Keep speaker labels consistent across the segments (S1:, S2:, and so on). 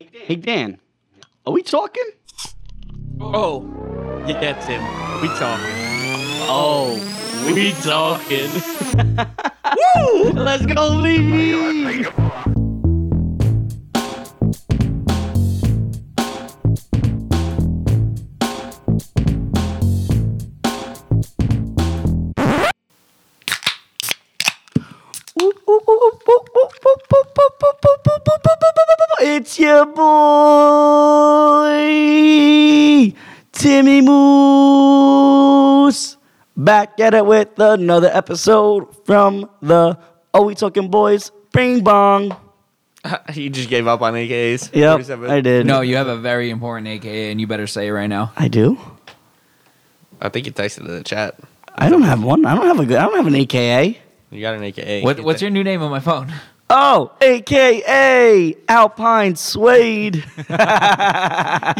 S1: Hey Dan, are we talking?
S2: Oh, yeah, that's him. We talking.
S1: Oh,
S2: We talking.
S1: woo! Let's go, Levy. It's your boy Timmy Moose back at it with another episode from the Are We Talking Boys Bing Bong.
S2: you just gave up on AKAs.
S1: Yep,
S2: 47.
S1: I did.
S3: No, you have a very important AKA, and you better say it right now.
S1: I do.
S2: I think you texted in the chat.
S1: I don't have one. I don't have a good. I don't have an AKA.
S2: You got an AKA.
S3: What, what's your new name on my phone?
S1: Oh, AKA Alpine Suede.
S3: He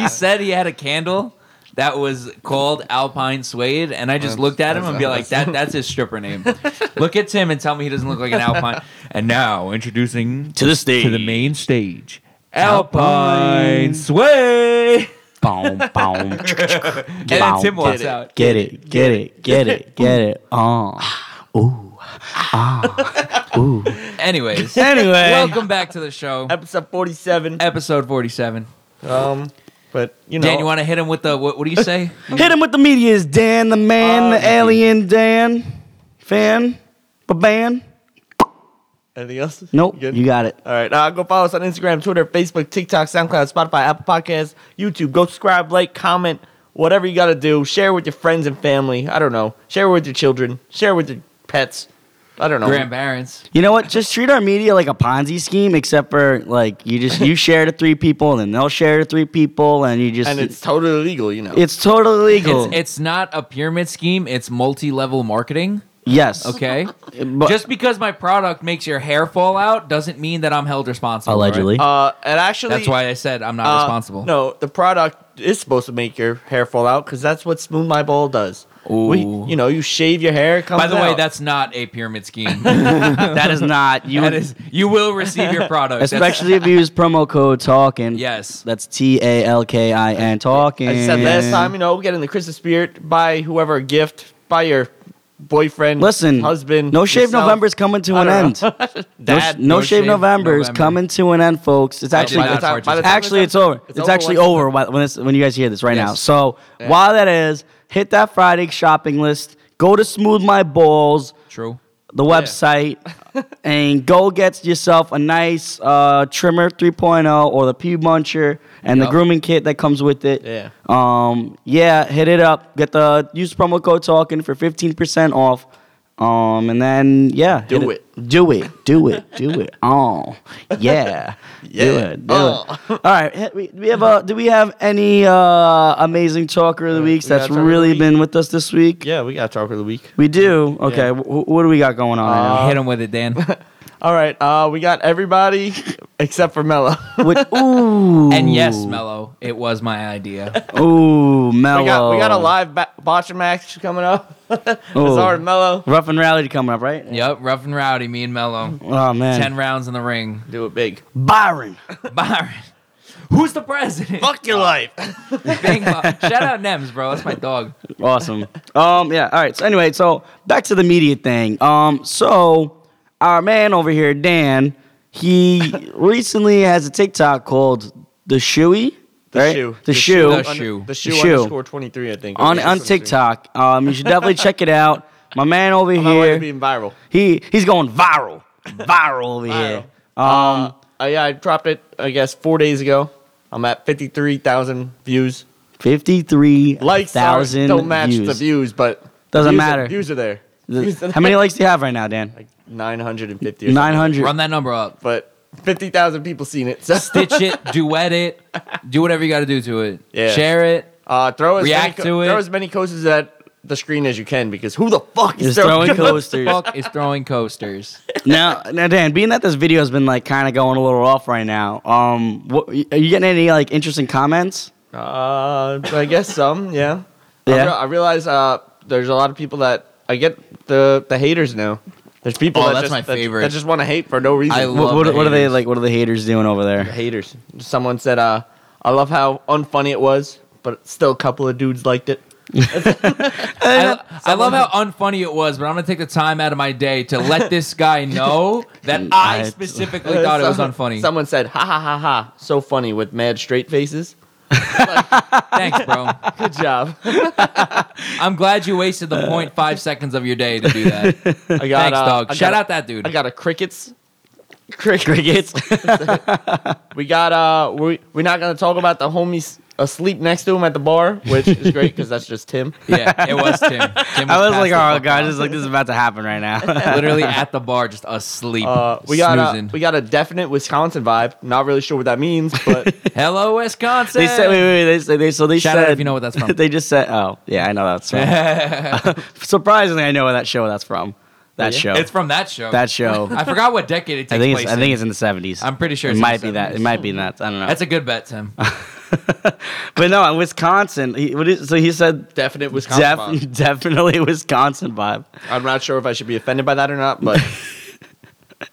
S3: said he had a candle that was called Alpine Suede, and I just looked at him and be like, "That that's his stripper name." Look at Tim and tell me he doesn't look like an Alpine. And now introducing
S1: to the stage.
S3: to the main stage, Alpine Suede.
S1: Boom, boom.
S3: And then Tim walks out.
S1: Get it, get it, get it, get it. Oh. Ooh. Ah. Ooh.
S3: Anyways,
S1: Anyway.
S3: welcome back to the show,
S2: episode 47?
S3: episode forty-seven.
S2: Um, but you know,
S3: Dan, you want to hit him with the what? What do you say?
S1: Hit him with the meteors, Dan, the man, the alien, Dan, fan, ban.
S2: anything else?
S1: Nope,
S2: good?
S1: you got it.
S2: All right, uh, go follow us on Instagram, Twitter, Facebook, TikTok, SoundCloud, Spotify, Apple Podcasts, YouTube. Go subscribe, like, comment, whatever you got to do. Share with your friends and family. I don't know. Share with your children. Share with your pets. I don't know.
S3: Grandparents.
S1: You know what? Just treat our media like a Ponzi scheme, except for like you just you share to three people, and then they'll share to three people, and you just
S2: and it's totally legal, you know.
S1: it's totally legal.
S3: It's, it's not a pyramid scheme. It's multi-level marketing.
S1: yes.
S3: Okay.
S1: But,
S3: Just because my product makes your hair fall out doesn't mean that I'm held responsible. right?
S1: allegedly.
S2: uh, and actually,
S3: That's why I said I'm not
S2: uh,
S3: responsible.
S2: No, the product is supposed to make your hair fall out because that's what Smooth My Ball does. We,
S3: Ooh.
S2: you know, you shave your hair. It comes
S3: By the way,
S2: out.
S3: that's not a pyramid scheme. that
S1: that is not you.
S3: is, you will receive your product. That's-
S1: especially if you use promo code talking.
S3: yes.
S1: That's T A L K I N talking.
S2: I said last time, you know, get in the Christmas spirit, buy whoever a gift, buy your boyfriend,
S1: Listen,
S2: husband.
S1: No Shave
S2: yourself.
S1: November's coming to
S2: I
S1: an end.
S2: don't know.
S1: No,
S2: Dad,
S1: no, Shave, November is
S3: November.
S1: coming to an end, folks. It's actually
S3: not
S1: it's,
S3: participate.
S2: by the time
S1: actually it's over. It's, actually
S2: once-
S1: over whi- when it's, when you guys hear this right now.
S3: Yes.
S1: So while that is, hit that Friday shopping list. Go to Smooth My Balls,
S3: True.
S1: the website, and go get yourself a nice uh, trimmer 3.0 or the pube muncher and the
S3: Yup.
S1: grooming kit that comes with it.
S2: Yeah.
S1: Um, yeah, hit it up. Get the use promo code talking for 15% off. Um, and then yeah, hit
S2: Do
S1: Do it. Do it. Do it. Oh, yeah. Do
S2: Yeah.
S1: it. Do
S2: Oh.
S1: it. All right. hit- We, we have a, do we have any uh, amazing talker of the weeks
S2: we got
S1: that's
S2: talker of the
S1: really
S2: week.
S1: been with us this week?
S2: Yeah, we got talk of the week.
S1: We do. Okay. wh- wh- what do we got going on right now?
S3: Hit him with it, Dan.
S2: All right, uh, we got everybody except for Mello.
S1: What- ooh.
S3: and yes, Mello, it was my idea.
S1: Ooh, mellow.
S2: we got we got a live ba- botcher match coming up. Bizarre and Mello,
S1: Rough and rally coming up, right?
S3: Yep, rough and rowdy, me and Mello.
S1: Oh man.
S3: Ten rounds in the ring.
S2: do it big.
S1: Byron.
S3: Byron. Who's the president?
S2: Fuck your life.
S3: Bang, bong. Shout out Nems, bro. That's my dog.
S1: Awesome. Um, yeah. All right. So anyway, so back to the media thing. Um, so our man over here, Dan, he recently has a TikTok called the Shoey.
S2: The
S1: right?
S2: shoe.
S1: The, shoe.
S3: The shoe.
S2: The shoe,
S1: The shoe.
S2: underscore twenty three, I think.
S1: on
S2: Or
S1: on
S2: 23.
S1: TikTok. Um, you should definitely check it out. My man over
S2: I'm on my way to
S1: here,
S2: being viral.
S1: he he's going viral, viral over here. Um,
S2: Uh, yeah, I dropped it. I guess four days ago. I'm at fifty three thousand views.
S1: fifty-three
S2: Likes are,
S1: thousand
S2: don't match
S1: views.
S2: the views, but
S1: Doesn't
S2: views
S1: matter.
S2: Are, views are there. Views
S1: The-
S2: are
S1: How many likes do you have right now, Dan?
S2: Like nine hundred and fifty.
S1: Nine hundred.
S3: Run that number up.
S2: But fifty thousand people seen it. So
S3: Stitch it, duet it, do whatever you got to do to it.
S2: Yeah.
S3: Share it.
S2: uh, throw as
S3: React
S2: many, co-
S3: to it.
S2: Throw as many coasters at the screen as you can because who the fuck is
S1: Just throwing coasters.
S2: coasters?
S3: Fuck is throwing coasters.
S1: now, now, Dan, being that this video has been like kind of going a little off right now, um, what, are you getting any like interesting comments?
S2: Uh, I guess some, yeah. I,
S1: Yeah.
S2: rea- I realize uh, there's a lot of people that I get the the haters now. There's people
S4: Oh,
S2: that
S4: that's
S2: just,
S4: my
S2: that-
S4: favorite.
S2: That, just want to hate for no reason.
S4: I
S1: Wh- What,
S4: love the
S1: what, are they
S4: haters.
S1: like? What are the haters doing over there?
S2: haters. Someone said, uh, "I love how unfunny it was, but still a couple of dudes liked it."
S3: I, I love how unfunny it was, but I'm gonna take the time out of my day to let this guy know that I
S1: I-
S3: specifically thought it was
S2: Someone-
S3: unfunny.
S2: Someone said, "Ha ha ha ha!" So funny with mad straight faces.
S3: Thanks, bro.
S2: Good job. I
S3: I'm glad you wasted the 0.5 seconds of your day to do that.
S2: got
S3: Thanks,
S2: uh,
S3: dog.
S2: I
S3: Shout
S2: got,
S3: out that dude.
S2: I got a crickets.
S1: Crickets.
S2: We got uh, we we're not gonna talk about the homies asleep next to him at the bar, which is great because that's just Tim.
S3: yeah, it was Tim. Tim
S1: I was
S3: passed
S1: like,
S3: the
S1: oh
S3: fuck
S1: god,
S3: out.
S1: this is like this is about to happen right now.
S3: literally at the bar, just asleep.
S2: Uh, we got a,
S3: snoozing.
S2: we got a definite Wisconsin vibe. Not really sure what that means, but
S3: Hello, Wisconsin.
S1: They said, wait, wait, wait. They said, they, so they
S3: Shout out
S1: said,
S3: if you know what that's from.
S1: they just said, oh, yeah, I know that's from. Surprisingly, I know where that show that's from. That
S2: Yeah.
S1: show.
S3: it's from that show.
S1: that show.
S3: I forgot what decade it takes
S1: I think
S3: place.
S1: it's. I think
S3: in.
S1: it's in the seventies.
S3: I'm pretty sure
S1: it
S3: it's in
S1: might
S3: the
S1: be that. It
S3: 70s.
S1: might be that. I don't know.
S3: That's a good bet, Tim.
S1: but no, in Wisconsin. He, what is, so he said,
S2: definite Wisconsin. vibe.
S1: def, definitely Wisconsin vibe.
S2: I'm not sure if I should be offended by that or not, but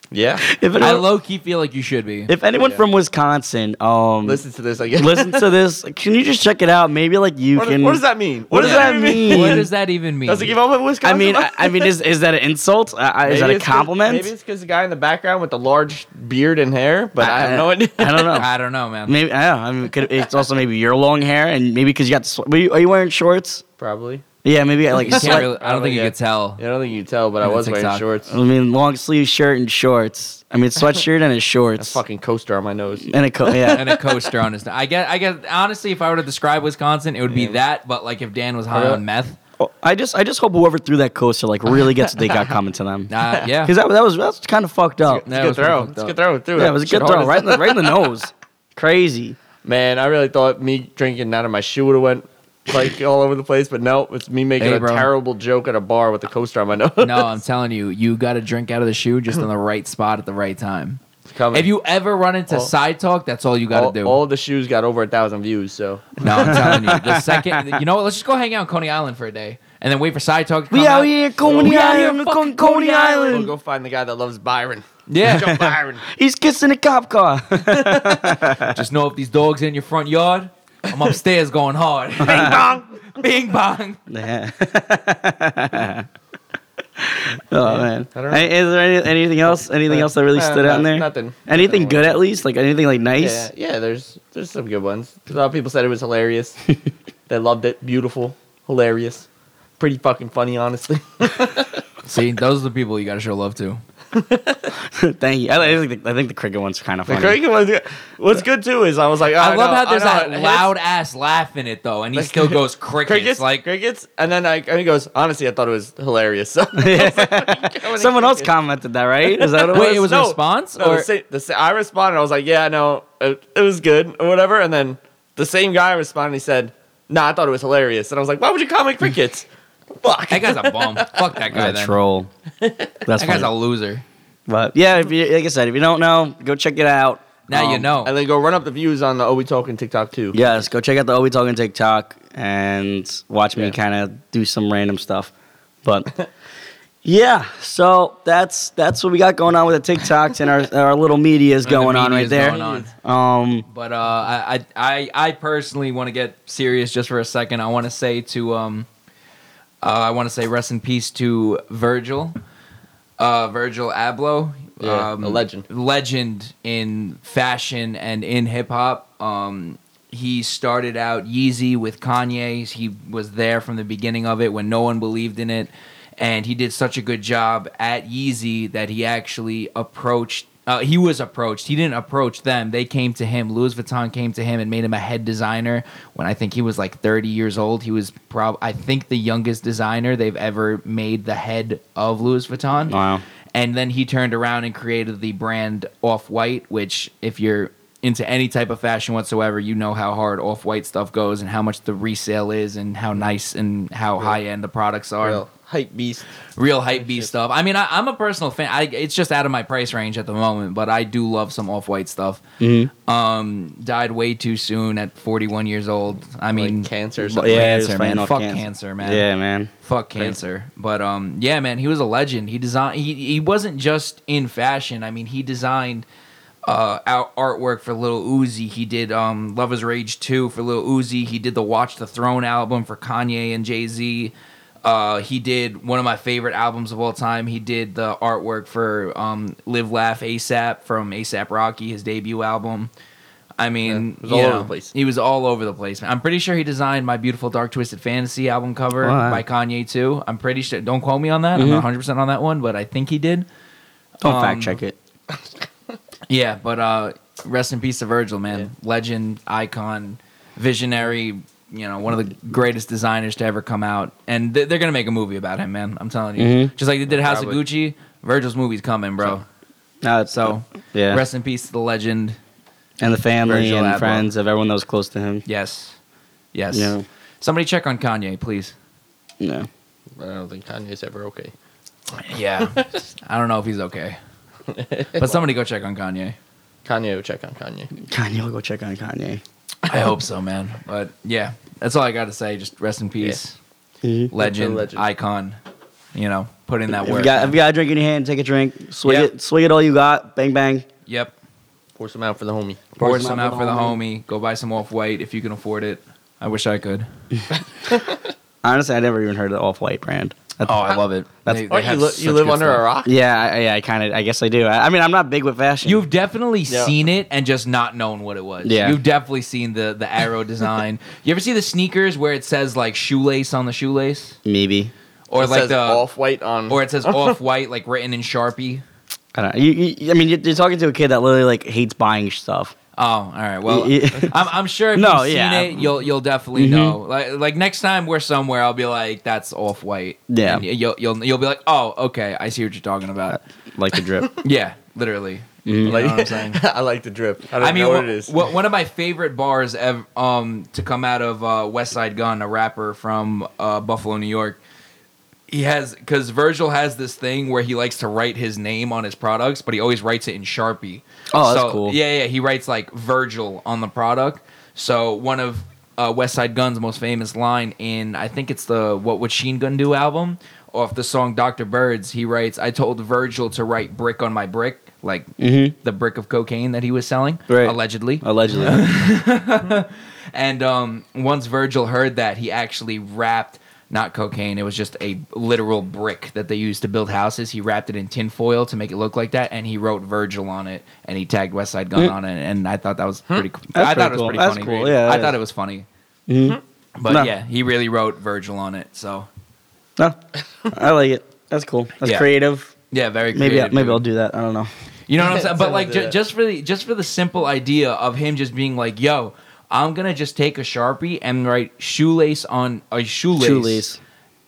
S2: yeah.
S1: If
S3: I
S1: anyone,
S3: low key feel like you should be.
S1: if anyone
S2: Yeah.
S1: from Wisconsin, um, listen,
S2: Listen to this, I guess.
S1: to this. Can you just check it out? Maybe like you
S2: What,
S1: can.
S2: what does that mean? What,
S1: does
S2: does that
S1: that
S2: even
S1: mean?
S3: what does that even mean?
S2: Does it give up with
S1: I
S2: Wisconsin?
S1: mean, I, I mean, is is that an insult? Uh, is that
S2: Maybe
S1: a
S2: it's 'cause-
S1: compliment?
S2: Maybe it's because the guy in the background with the large beard and hair, but I, have no idea.
S1: Uh, I don't know.
S3: I don't know, man.
S1: Maybe I don't know. I mean, could, it's also maybe your long hair, and maybe because you got. The, swe- were you, are you wearing shorts?
S2: Probably.
S1: Yeah, maybe I like.
S3: You can't
S1: sweat-
S3: really- I don't think you
S2: Yeah.
S3: could tell.
S2: I don't think you can tell, but I
S3: Yeah,
S2: was wearing
S3: TikTok.
S2: shorts.
S1: I mean, long sleeve shirt and shorts. I mean, sweatshirt and a
S2: A
S1: shorts.
S2: fucking coaster on my nose.
S1: And a coat. Yeah.
S3: And a coaster on his. I guess. I guess. Honestly, if I were to describe Wisconsin, it would be
S2: Yeah.
S3: that. But like, if Dan was high
S2: Yeah.
S3: on meth,
S1: Oh, I just, I just hope whoever threw that coaster like really gets what they got coming to them.
S3: uh, yeah,
S1: Because that, that was that's kind of fucked up.
S3: That
S2: It's a good
S3: was pretty
S2: throw.
S3: fucked
S2: It's a
S3: up.
S2: good throw. Threw
S1: Yeah, it was a
S2: Shit
S1: good
S2: hard
S1: throw,
S2: as-
S1: right in the right in the nose. Crazy.
S2: Man, I really thought me drinking out of my shoe would have went like all over the place, but no, it's me making
S3: Hey,
S2: a
S3: bro.
S2: terrible joke at a bar with a coaster on my nose.
S3: No, I'm telling you, you got to drink out of the shoe just in the right spot at the right time.
S2: It's coming.
S3: If you ever run into
S2: All-
S3: side talk, that's all you got
S2: all,
S3: to do.
S2: all the shoes got over a thousand views, so
S3: no, I'm telling you, the second you know, what, let's just go hang out in Coney Island for a day and then wait for side talk. To come
S1: We
S3: out.
S1: out here in Coney
S3: We out here
S1: Island,
S3: in
S1: Con-
S3: fucking
S1: Coney
S3: Coney Island.
S2: we'll
S1: Island.
S2: go find the guy that loves Byron.
S3: Yeah,
S2: Joe Byron.
S1: He's kissing a cop car. Oh,
S3: just know if these dogs in your front yard, I'm upstairs going hard. Bing bong, bing bong.
S1: Yeah. oh man!
S2: I don't know.
S1: Any- Is there any, anything else? Anything else that really
S2: Uh,
S1: stood out in
S2: no-
S1: there?
S2: Nothing.
S1: Anything
S2: Nothing
S1: good at least? Like anything like nice?
S2: Yeah, yeah. There's there's some good ones. A lot of people said it was hilarious. they loved it. Beautiful, hilarious, pretty fucking funny, honestly.
S3: See, those are the people you got to show love to.
S1: Thank you. I, I think the, I think the cricket one's kind of
S2: The
S1: funny.
S2: Craig one's good. What's good too is I was like,
S3: I,
S2: oh,
S3: love
S2: no,
S3: how there's
S2: I know,
S3: that
S2: it hits
S3: loud ass laugh in it though, and he
S2: Like-
S3: still goes crickets.
S2: crickets,
S3: like
S2: like crickets, and then I and he goes, honestly, I thought it was hilarious. So
S1: Someone else commented that, right? Is that what
S3: Wait,
S1: it
S3: it
S1: was?
S3: was a
S2: No,
S3: response,
S2: No,
S3: or
S2: the same, the sa- I responded. I was like, "Yeah, no, it, it was good or whatever." And then the same guy responded. He said, "Nah, I thought it was hilarious." And I was like, "Why would you comment crickets?" Fuck.
S3: that guy's a bum. Fuck that guy.
S1: That's
S3: Then.
S1: a troll. That's
S3: That guy's
S1: funny.
S3: a loser.
S1: but yeah, if you, like I said, if you don't know, go check it out.
S3: Now you
S1: Um,
S3: know.
S2: and then go run up the views on the Oh We Talking TikTok too.
S1: Yes, go check out the Oh We Talking TikTok and watch me
S2: Yeah.
S1: kind of do some random stuff. But yeah, so that's that's what we got going on with the TikToks and our our little media is
S3: The
S1: going on
S3: media
S1: right
S3: is
S1: there.
S3: going on.
S1: Um,
S3: But uh, I, I, I, I personally want to get serious just for a second. I want to say to, um, uh, I want to say rest in peace to Virgil, uh, Virgil Abloh, Um,
S2: Yeah, a legend.
S3: legend in fashion and in hip hop. Um, he started out Yeezy with Kanye. He was there from the beginning of it when no one believed in it, and he did such a good job at Yeezy that he actually approached. Uh, he was approached. He didn't approach them. They came to him. Louis Vuitton came to him and made him a head designer when I think he was like 30 years old. He was prob I think the youngest designer they've ever made the head of Louis Vuitton.
S1: Wow.
S3: And then he turned around and created the brand Off White, which, if you're into any type of fashion whatsoever, you know how hard off white stuff goes and how much the resale is and how nice and how high end the products are.
S2: Real hype beast.
S3: Real hype beast stuff. I mean, I, I'm a personal fan. I, it's just out of my price range at the moment, but I do love some off white stuff.
S2: Mm-hmm.
S3: Um, died way too soon at 41 years old. I mean,
S2: like cancer. Or
S1: But
S2: something.
S1: yeah,
S3: cancer,
S1: just
S3: man.
S1: fighting off
S3: Fuck cancer, man.
S1: Yeah, man.
S3: fuck cancer. But um, yeah, man, he was a legend. He designed. He he wasn't just in fashion. I mean, he designed uh out artwork for Little Uzi. He did um Lovers Rage two for Little Uzi. He did the Watch the Throne album for Kanye and Jay Z. Uh, he did one of my favorite albums of all time. He did the artwork for um, "Live Laugh ASAP" from ASAP Rocky, his debut album. I mean,
S2: it was all
S3: you
S2: over
S3: know,
S2: the place.
S3: He was all over the place. man. I'm pretty sure he designed my beautiful dark twisted fantasy album cover
S1: All right.
S3: by Kanye too. I'm pretty sure. Don't quote me on that. I'm not 100 percent on that one, but I think he did.
S1: Don't
S3: Um,
S1: fact check it.
S3: Yeah, but uh, rest in peace to Virgil, man.
S2: Yeah.
S3: Legend, icon, visionary. You know, one of the greatest designers to ever come out, and they- they're gonna make a movie about him, man. I'm telling you,
S1: Mhm.
S3: just like they did House
S2: Probably.
S3: of Gucci. Virgil's movie's coming, bro.
S1: No, it's
S3: So,
S1: yeah.
S3: rest in peace to the legend.
S1: and the family
S3: Virgil
S1: and
S3: Abloh.
S1: friends of everyone that was close to him.
S3: Yes, yes.
S1: Yeah.
S3: Somebody check on Kanye, please.
S1: No.
S2: I don't think Kanye's ever okay.
S3: Yeah. I don't know if he's okay. But somebody go check on Kanye.
S2: Kanye will check on Kanye.
S1: Kanye, we'll go check on Kanye.
S3: I hope so, man. But yeah, that's all I got to say. Just rest in peace.
S1: Mm-hmm.
S3: Legend,
S2: Legend.
S3: icon, you know, put in that
S1: If you,
S3: work.
S1: got, if you got a drink in your hand, take a drink. Swig
S3: Yeah.
S1: it. Swig it all you got. Bang, bang.
S3: yep.
S2: Force him out for the homie.
S3: Pour some out for the homie. Go buy some off white if you can afford it. I wish I could.
S1: Honestly, I never even heard of the Off White brand. That's-
S3: Oh, I love it.
S1: That's-
S2: Or you, li- you live under a rock?
S1: Yeah, I, yeah, I kind of, I guess I do. I, I mean, I'm not big with fashion.
S3: You've definitely
S2: Yeah.
S3: seen it and just not known what it was.
S1: Yeah.
S3: You've definitely seen the the arrow design. you ever see the sneakers where it says like shoelace on the shoelace?
S1: maybe.
S3: Or
S2: It
S3: like
S2: says
S3: the
S2: off white on.
S3: or it says off white like written in Sharpie.
S1: I don't. You, you, I mean, you're, you're talking to a kid that literally like hates buying stuff.
S3: Oh, all right. Well,
S1: Yeah.
S3: I'm, I'm sure if
S1: No,
S3: you've
S1: yeah.
S3: seen it, you'll you'll definitely
S1: Mhm.
S3: know. Like like next time we're somewhere, I'll be like, "That's off white."
S1: Yeah.
S3: And you'll you'll you'll be like, "Oh, okay, I see what you're talking about."
S1: Like the drip.
S3: yeah, literally. You know
S2: like,
S1: Mm-hmm.
S3: what I'm saying?
S2: I like the drip. I don't
S3: I mean,
S2: know what it
S3: wh-
S2: is.
S3: wh- one of my favorite bars ev- um, to come out of uh, West Side Gun, a rapper from uh, Buffalo, New York. He has because Virgil has this thing where he likes to write his name on his products, but he always writes it in Sharpie.
S1: Oh, that's
S3: So,
S1: cool.
S3: Yeah, yeah. He writes like Virgil on the product. So one of uh, West Side Gun's most famous line in I think it's the What Would Sheen Gun Do album off the song Dr. Birds. He writes, "I told Virgil to write brick on my brick." Like
S1: Mm-hmm.
S3: the brick of cocaine that he was selling,
S1: Right.
S3: allegedly.
S1: Allegedly.
S3: And um, once Virgil heard that, he actually wrapped not cocaine. It was just a literal brick that they used to build houses. He wrapped it in tinfoil to make it look like that, and he wrote Virgil on it, and he tagged West Side Gun
S1: Hmm.
S3: on it. And I thought that was pretty. cool.
S1: That's
S3: I thought
S1: pretty
S3: it was
S1: cool.
S3: pretty
S1: That's
S3: funny.
S1: cool, yeah,
S3: I
S1: yeah.
S3: thought it was funny.
S1: Mhm.
S3: But
S1: No.
S3: yeah, he really wrote Virgil on it. So
S1: no, Ah, I like it. That's cool. That's
S3: Yeah.
S1: creative.
S3: yeah, very.
S1: Maybe,
S3: creative,
S1: maybe
S3: dude.
S1: I'll do that. I don't know.
S3: You know what I'm saying? But
S2: Something
S3: like
S2: like
S3: ju-
S2: that.
S3: just for the just for the simple idea of him just being like, "Yo, I'm gonna just take a sharpie and write shoelace on a shoelace,
S1: Shoelace.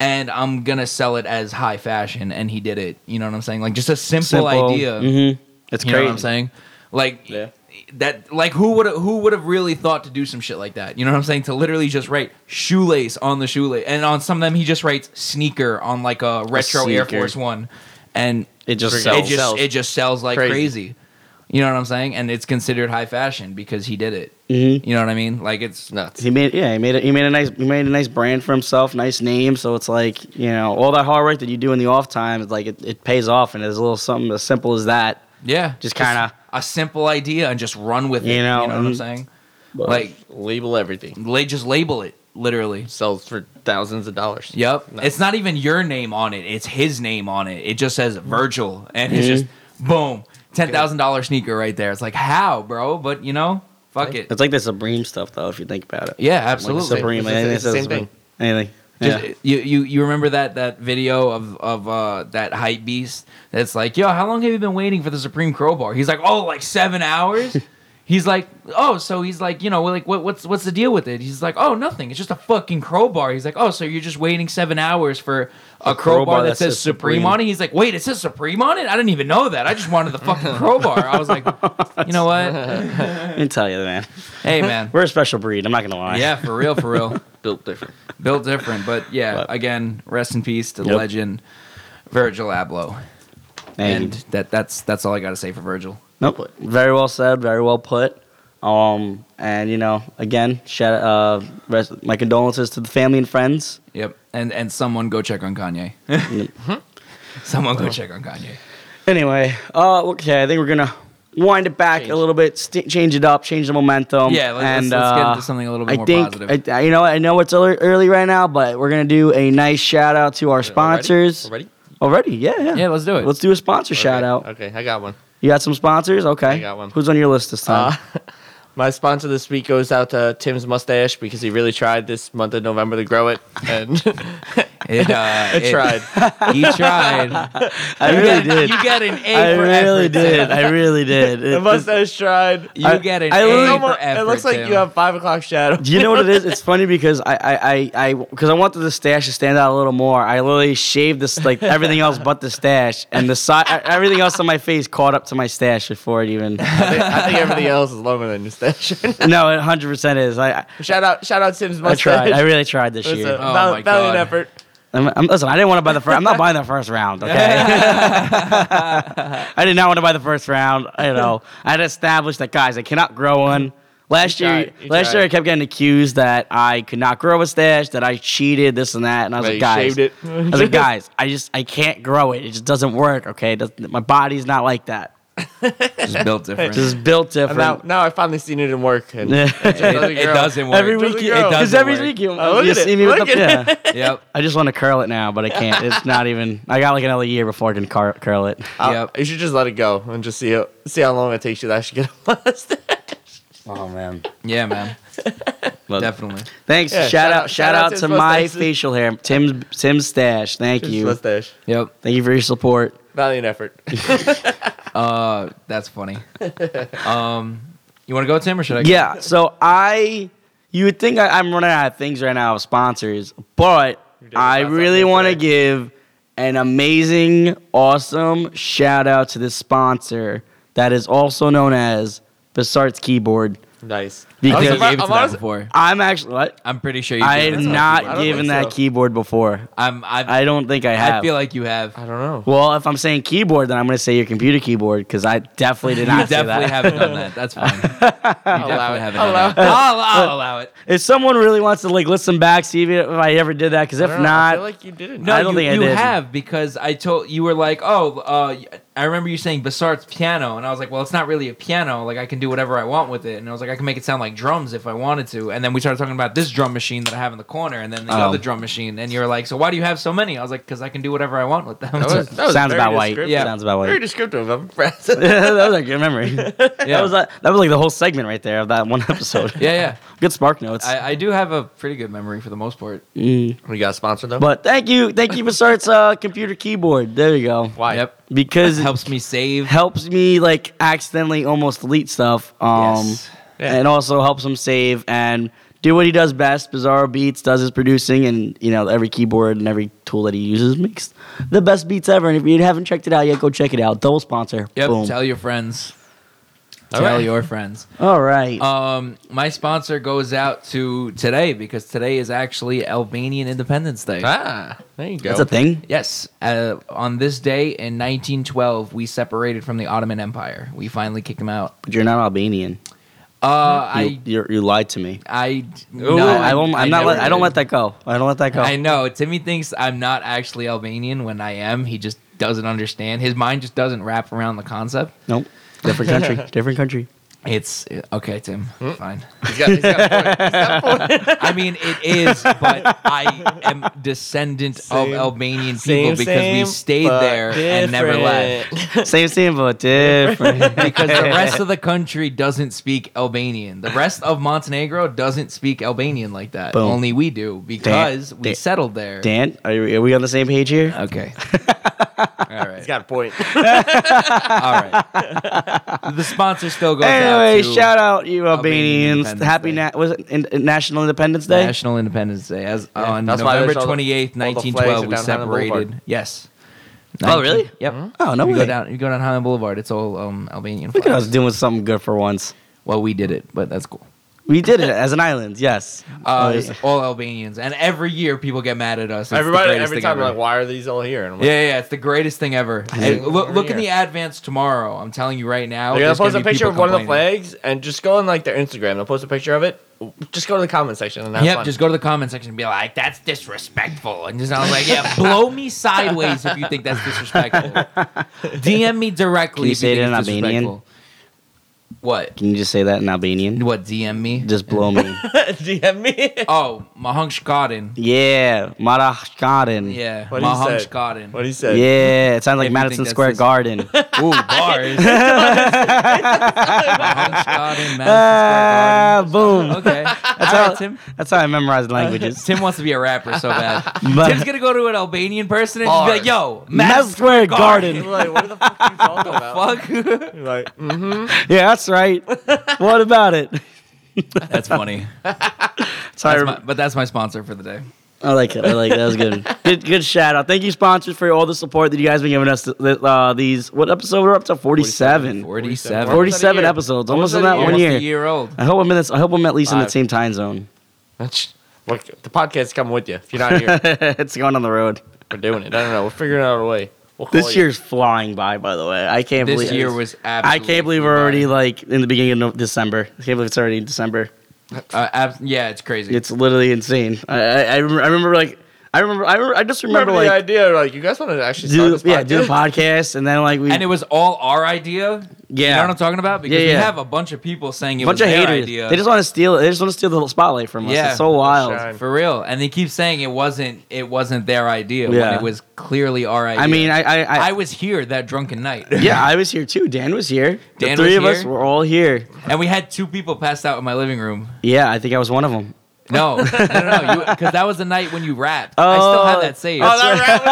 S3: and I'm gonna sell it as high fashion." And he did it. You know what I'm saying? Like just a simple, idea.
S1: Mm-hmm. It's
S3: You know
S1: crazy.
S3: what I'm saying? Like
S2: Yeah.
S3: that. Like who would who would have really thought to do some shit like that? You know what I'm saying? To literally just write shoelace on the shoelace, and on some of them he just writes sneaker on like a retro Air
S1: sneaker.
S3: Force One, and
S1: It just
S2: Freaking-
S1: sells.
S3: it just
S2: Sells.
S3: it just sells like crazy.
S2: Crazy.
S3: You know what I'm saying? And it's considered high fashion because he did it.
S1: Mhm.
S3: You know what I mean? Like it's
S2: Nuts.
S1: He made yeah he made a, he made a nice he made a nice brand for himself nice name so it's like you know all that hard work that you do in the off time it's like it, it pays off and it's a little something as simple as that
S3: yeah,
S1: Just kinda-
S3: a simple idea and just run with it.
S1: You know, mm-hmm.
S3: you know what I'm
S1: and-
S3: saying? Like
S2: Label everything.
S3: they just label it literally.
S2: Sells for thousands of dollars.
S3: Yep.
S2: No.
S3: It's not even your name on it. It's his name on it. It just
S1: Mm-hmm.
S3: says Virgil and it's just boom. Ten thousand dollar sneaker right there. It's like how, bro? But you know, fuck it.
S1: it's like the Supreme stuff though if you think about it
S3: Yeah,
S1: like
S3: absolutely.
S1: Supreme
S2: It's the-
S1: anything
S2: it's the
S1: says
S2: same thing.
S1: anything yeah.
S3: Just, you, you you remember that that video of of uh, that hype beast that's like, yo, how long have you been waiting for the Supreme Crowbar? He's like, oh, like seven hours. He's like, oh, so he's like, you know, we're like, what, what's what's the deal with it? He's like, oh, nothing. It's just a fucking crowbar. He's like, oh, so you're just waiting seven hours for a, crowbar, that, says Supreme, on it? He's like, wait, it says Supreme on it? I didn't even know that. I just wanted the fucking crowbar. I was like, you know what?
S1: I can tell you, man.
S3: Hey, man.
S1: We're a special breed. I'm not gonna lie.
S3: Yeah, for real, for real.
S2: Built different. Uh,
S3: Built different, but yeah. Again, rest in peace to
S1: Yep.
S3: legend Virgil Abloh.
S1: Thank
S3: and
S1: you.
S3: that that's that's all I gotta say for Virgil.
S1: Nope. Very well said. Very well put. Um, and you know, again, shout uh, rest, my condolences to the family and friends.
S3: Yep. And and someone go check on Kanye. someone go check on Kanye.
S1: Anyway, uh, okay, I think we're gonna wind it back a
S2: Change.
S1: little bit, st- change it up, change the momentum.
S3: Yeah, let's-
S1: and,
S3: let's- let's get
S1: uh,
S3: into something a little bit
S1: I
S3: more
S1: think,
S3: positive.
S1: I, I- you know, I know it's early, early right now, but we're gonna do a nice shout out to our sponsors
S2: Already?
S1: already. yeah, yeah.
S3: Yeah, let's do it.
S1: Let's do a sponsor shout
S2: Okay,
S1: out.
S2: Okay, I got one.
S1: You got some sponsors? Okay.
S2: I got one.
S1: Who's on your list this time?
S2: Uh, my sponsor this week goes out to Tim's mustache because he really tried this month of November to grow it, and
S3: It, uh,
S2: I tried.
S3: He tried.
S1: I
S3: Uh, You
S1: really
S3: got-
S1: did.
S3: You got an A
S1: I
S3: for
S1: really
S3: effort,
S1: did.
S3: Tim.
S1: I really did.
S2: The
S1: It- this-
S2: mustache tried.
S3: You
S1: I-
S3: get an
S1: I
S3: A
S1: literally-
S3: for
S2: Someone-
S3: effort.
S2: it looks like
S3: Tim.
S2: you have five o'clock shadow.
S1: Do you know what it is? It's funny because I I I because I, wanted the stash to stand out a little more. I literally shaved this like everything else but the stash, and the side everything else on my face caught up to my stash before it even.
S2: I think, I think everything else is longer than your stash.
S1: No, it hundred percent is. I I,
S2: shout out, shout out Tim's
S1: I
S2: mustache.
S1: tried. I really tried this
S2: That's a
S1: year.
S3: Oh
S2: val-
S3: my
S2: valiant
S3: God.
S2: effort.
S1: I'm, I'm- listen, I didn't want to buy the first. I'm not buying the first round. Okay. I did not want to buy the first round. You know, I had established that guys, I cannot grow one. Last
S2: You
S1: year,
S2: tried. You
S1: last year I
S2: tried.
S1: kept getting accused that I could not grow a stash, that I cheated, this and that, and I was
S2: But
S1: like,
S2: you
S1: guys,
S2: shaved it.
S1: I was like, guys, I just I can't grow it. It just doesn't work. Okay, It doesn't- my body's not like that.
S3: Just built different.
S1: It's just built
S2: And now,
S1: different.
S2: now I finally seen it in work. And
S1: Yeah.
S3: it,
S2: doesn't
S3: it
S2: grow.
S3: doesn't work.
S1: every week,
S2: doesn't
S1: you-
S2: grow.
S1: it does
S3: Doesn't
S1: every
S3: work.
S1: week you,
S2: Oh, look
S1: you
S2: at
S1: see
S2: it.
S1: me
S2: Look
S1: with the
S2: at
S1: yeah.
S3: Yep.
S1: I just want to curl it now, but I can't. It's not even. I got like another year before I can cur- curl it.
S2: I'll-
S3: Yep.
S2: You should just let it go and just see how, see how long it takes you to actually get a mustache.
S1: Oh man.
S3: Yeah, man. Definitely.
S1: Thanks.
S2: Yeah,
S1: shout, out, shout out, to
S2: Tim's
S1: my
S2: mustache.
S1: facial hair, Tim's Tim's stash. Thank
S2: Tim's
S1: you.
S2: mustache.
S3: Yep.
S1: Thank you for your support.
S2: Valiant effort.
S3: Uh, that's funny. Um, you want to go, Tim, or should I? go?
S1: Yeah. So I, you would think I, I'm running out of things right now of sponsors, but
S2: doing
S1: I
S2: lots of
S1: really
S2: things
S1: want to
S2: today.
S1: give an amazing, awesome shout out to this sponsor that is also known as Besart's Keyboard.
S2: Nice.
S3: I
S1: Because
S3: think you
S2: surprised-
S3: gave it to
S2: I'm
S3: that
S2: honest-
S3: before.
S1: I'm actually, what?
S3: I'm pretty sure you.
S1: I
S3: gave it
S1: have
S3: to that
S1: not
S3: before.
S2: I don't
S1: given
S2: think
S1: that
S2: so.
S1: keyboard before.
S3: I'm. I've,
S1: I don't think I have.
S3: I feel like you have.
S2: I don't know.
S1: Well, if I'm saying keyboard, then I'm going to say your computer keyboard because I definitely did
S3: You
S1: not say
S3: definitely
S1: that.
S3: haven't done that. That's fine. You definitely
S2: it.
S3: haven't
S2: I'll allow
S3: done that. I'll, I'll allow it.
S1: If someone really wants to like listen back, see if, if I ever did that, because
S2: I
S1: if
S2: don't know. I
S1: not,
S2: feel like you didn't.
S3: No,
S1: I don't
S3: you,
S1: think I
S3: you
S1: did.
S3: have because I told you were like, oh, uh, I remember you saying Bassart's piano, and I was like, well, it's not really a piano. Like I can do whatever I want with it, and I was like, I can make it sound like drums if I wanted to. And then we started talking about this drum machine that I have in the corner, and then the
S1: Oh.
S3: other drum machine, and you're like, so why do you have so many? I was like, because I can do whatever I want with them.
S2: That was- that was
S1: sounds
S2: very
S1: about white.
S2: descriptive.
S1: Yeah,
S3: Yeah.
S1: sounds about
S2: Very
S1: white.
S2: descriptive. I'm impressed.
S1: that was a good memory.
S3: yeah.
S1: That was uh, that was like the whole segment right there of that one episode.
S3: yeah, yeah.
S1: good spark notes.
S3: I, I do have a pretty good memory for the most part.
S1: Mm.
S2: we got a sponsor though.
S1: But thank you, thank you, Basart's uh, computer keyboard. There you go.
S2: Why?
S3: Yep.
S1: Because it
S3: Helps me save.
S1: helps me like accidentally almost delete stuff. Um,
S3: Yes.
S2: Yeah.
S1: and also helps him save and do what he does best. Bizarro Beats does his producing, and you know every keyboard and every tool that he uses makes the best beats ever. And if you haven't checked it out yet, go check it out. Double sponsor.
S3: Yep.
S1: Boom.
S3: Tell your friends.
S2: All
S3: Tell
S2: right.
S3: your friends.
S1: All right.
S3: Um, my sponsor goes out to today because today is actually Albanian Independence Day.
S2: Ah, there you go.
S1: That's a thing.
S3: Yes, uh, on this day in 1912, we separated from the Ottoman Empire. We finally kicked them out.
S1: But you're not Albanian.
S3: Uh,
S1: You,
S3: I,
S1: you're, you lied to me.
S3: I,
S2: Ooh,
S3: no,
S1: I, I won't, I'm not.
S3: never
S1: Let, I don't
S3: did.
S1: let that go. I don't let that go.
S3: I know Timmy thinks I'm not actually Albanian when I am. He just doesn't understand. His mind just doesn't wrap around the concept.
S1: Nope. Different country. Different country.
S3: It's okay, Tim.
S1: Hmm?
S3: Fine.
S2: He's got, he's got a point. He's got a point.
S3: I mean, it is, but I am descendant
S2: Same.
S3: of Albanian people
S2: Same,
S3: because we
S2: same,
S3: stayed
S2: but
S3: there and never left.
S2: different.
S1: Same, same, but different.
S3: Because the rest of the country doesn't speak Albanian. The rest of Montenegro doesn't speak Albanian like that.
S1: Boom.
S3: Only we do because we
S1: Dan-
S3: settled there. Uh,
S1: Dan, are, you, are we on the same page here?
S3: Okay. All right.
S2: He's got a point.
S3: All right. The sponsor still goes
S1: Anyway,
S3: out to
S1: shout out you
S3: Albanian
S1: Albanians.
S3: Independence
S1: Happy
S3: Day.
S1: na- was it in- in- National Independence Day?
S3: National Independence Day as on
S2: that's why
S3: November
S2: there's all the-
S3: twenty eighth,
S2: all the flags
S3: nineteen
S2: are
S3: twelve. We
S2: down Highland Boulevard.
S3: separated. Yes.
S1: Oh, really?
S3: Yep.
S1: Oh, no
S3: you
S1: way.
S3: Go down, you go down Highland Boulevard. It's all um, Albanian.
S1: Look at
S3: flags.
S1: us doing something good for once.
S3: Well, we did it, but that's cool.
S1: We did it as an island. Yes.
S3: Uh,
S1: Uh,
S3: all Albanians, and every year people get mad at us. It's the
S2: Everybody,
S3: greatest
S2: every
S3: thing
S2: time,
S3: ever.
S2: like, why are these all here? And I'm like,
S3: Yeah, yeah, yeah, it's the greatest thing ever. And
S2: Yeah.
S3: look, look in
S2: Every
S3: the advance tomorrow. I'm telling you right now.
S2: They're gonna
S3: there's
S2: post a
S3: gonna be
S2: picture
S3: people
S2: of one of the
S3: complaining.
S2: flags and just go on like their Instagram. They'll post a picture of it. Just go to the comment section and have
S3: Yep,
S2: fun.
S3: just go to the comment section and be like, "That's disrespectful," and just I was like, "Yeah, blow me sideways if you think that's disrespectful. DM me directly
S1: Can you
S3: if
S1: say it
S3: you think
S1: in
S3: it's
S1: Albanian?
S3: disrespectful." What?
S1: Can you just say that in Albanian?
S3: What? DM me?
S1: Just blow me.
S2: DM me.
S3: oh, Mahungshkaden.
S1: yeah. Marashkarin.
S3: Yeah,
S2: What he said.
S3: Mahungshkaden.
S2: What he said.
S1: Yeah. It sounds
S3: If
S1: like
S3: you
S1: Madison
S3: think that's
S1: Square
S3: dis-
S1: Garden.
S3: Ooh, bars. Mahungshkaden, Madison Square Garden.
S1: ah, boom.
S3: Okay, that's
S1: how-
S3: all right, Tim.
S1: That's how I memorize languages.
S3: Tim wants to be a rapper so bad.
S1: But-
S3: Tim's gonna go to an Albanian person and just be like, "Yo,
S1: Madison
S3: Madison
S1: Square
S2: You're
S1: Garden.
S2: like, what the fuck are you talking about?
S3: Fuck.
S2: You're like, mm-hmm.
S1: Yeah, that's right. what about it?
S3: That's funny.
S1: Sorry,
S3: That's my- but that's my sponsor for the day.
S1: I like it. I like it. That was good. good. Good shout out. Thank you, sponsors, for all the support that you guys have been giving us. th- th- Uh, these what episode we're up to? Forty seven.
S3: 47.
S2: Forty-
S1: 47
S2: Almost at a year.
S1: episodes. Almost
S2: Almost
S1: in
S2: at a
S1: that
S2: year.
S1: one
S3: Almost a
S1: year.
S3: year old.
S1: I hope I'm in this. I hope I'm at least in the
S2: Five.
S1: same time zone.
S2: That's- Look, the podcast's coming with you. If you're not here,
S1: it's going on the road.
S2: we're doing it. I don't know. We're figuring out a way. We'll call
S1: This
S2: you.
S1: year's flying by. By the way, I can't
S3: This
S1: believe
S3: year was
S1: I
S3: absolutely.
S1: can't believe we're already like in the beginning of no- December. I can't believe it's already December.
S3: Uh, ab- yeah, it's crazy.
S1: It's literally insane. I I, I, remember, I remember like I remember I, remember, I just remember,
S2: remember, the
S1: like
S2: idea. Like, you guys want to actually
S1: do
S2: start this
S1: yeah do the
S2: podcast?
S1: podcast and then like we
S3: and it was all our idea. You
S1: Yeah.
S3: know what I'm talking about? Because
S1: Yeah,
S3: we
S1: yeah.
S3: have a bunch of people saying it
S1: bunch of
S3: was their
S1: haters.
S3: idea.
S1: They just want to steal. They just want to steal the whole spotlight from us.
S3: Yeah.
S1: It's so wild.
S2: Shine.
S3: for real, and they keep saying it wasn't. It wasn't their idea when
S1: Yeah.
S3: it was clearly our idea.
S1: I mean, I I, I,
S3: I was here that drunken night.
S1: yeah, I was here too. Dan was here.
S3: Dan
S1: the three
S3: was
S1: of us
S3: here?
S1: were all here.
S3: and we had two people passed out in my living room.
S1: Yeah, I think I was one of them.
S3: No, no, no, because that was the night when you rapped. I still have
S1: Oh,
S3: that saved.
S2: Oh, that
S1: I,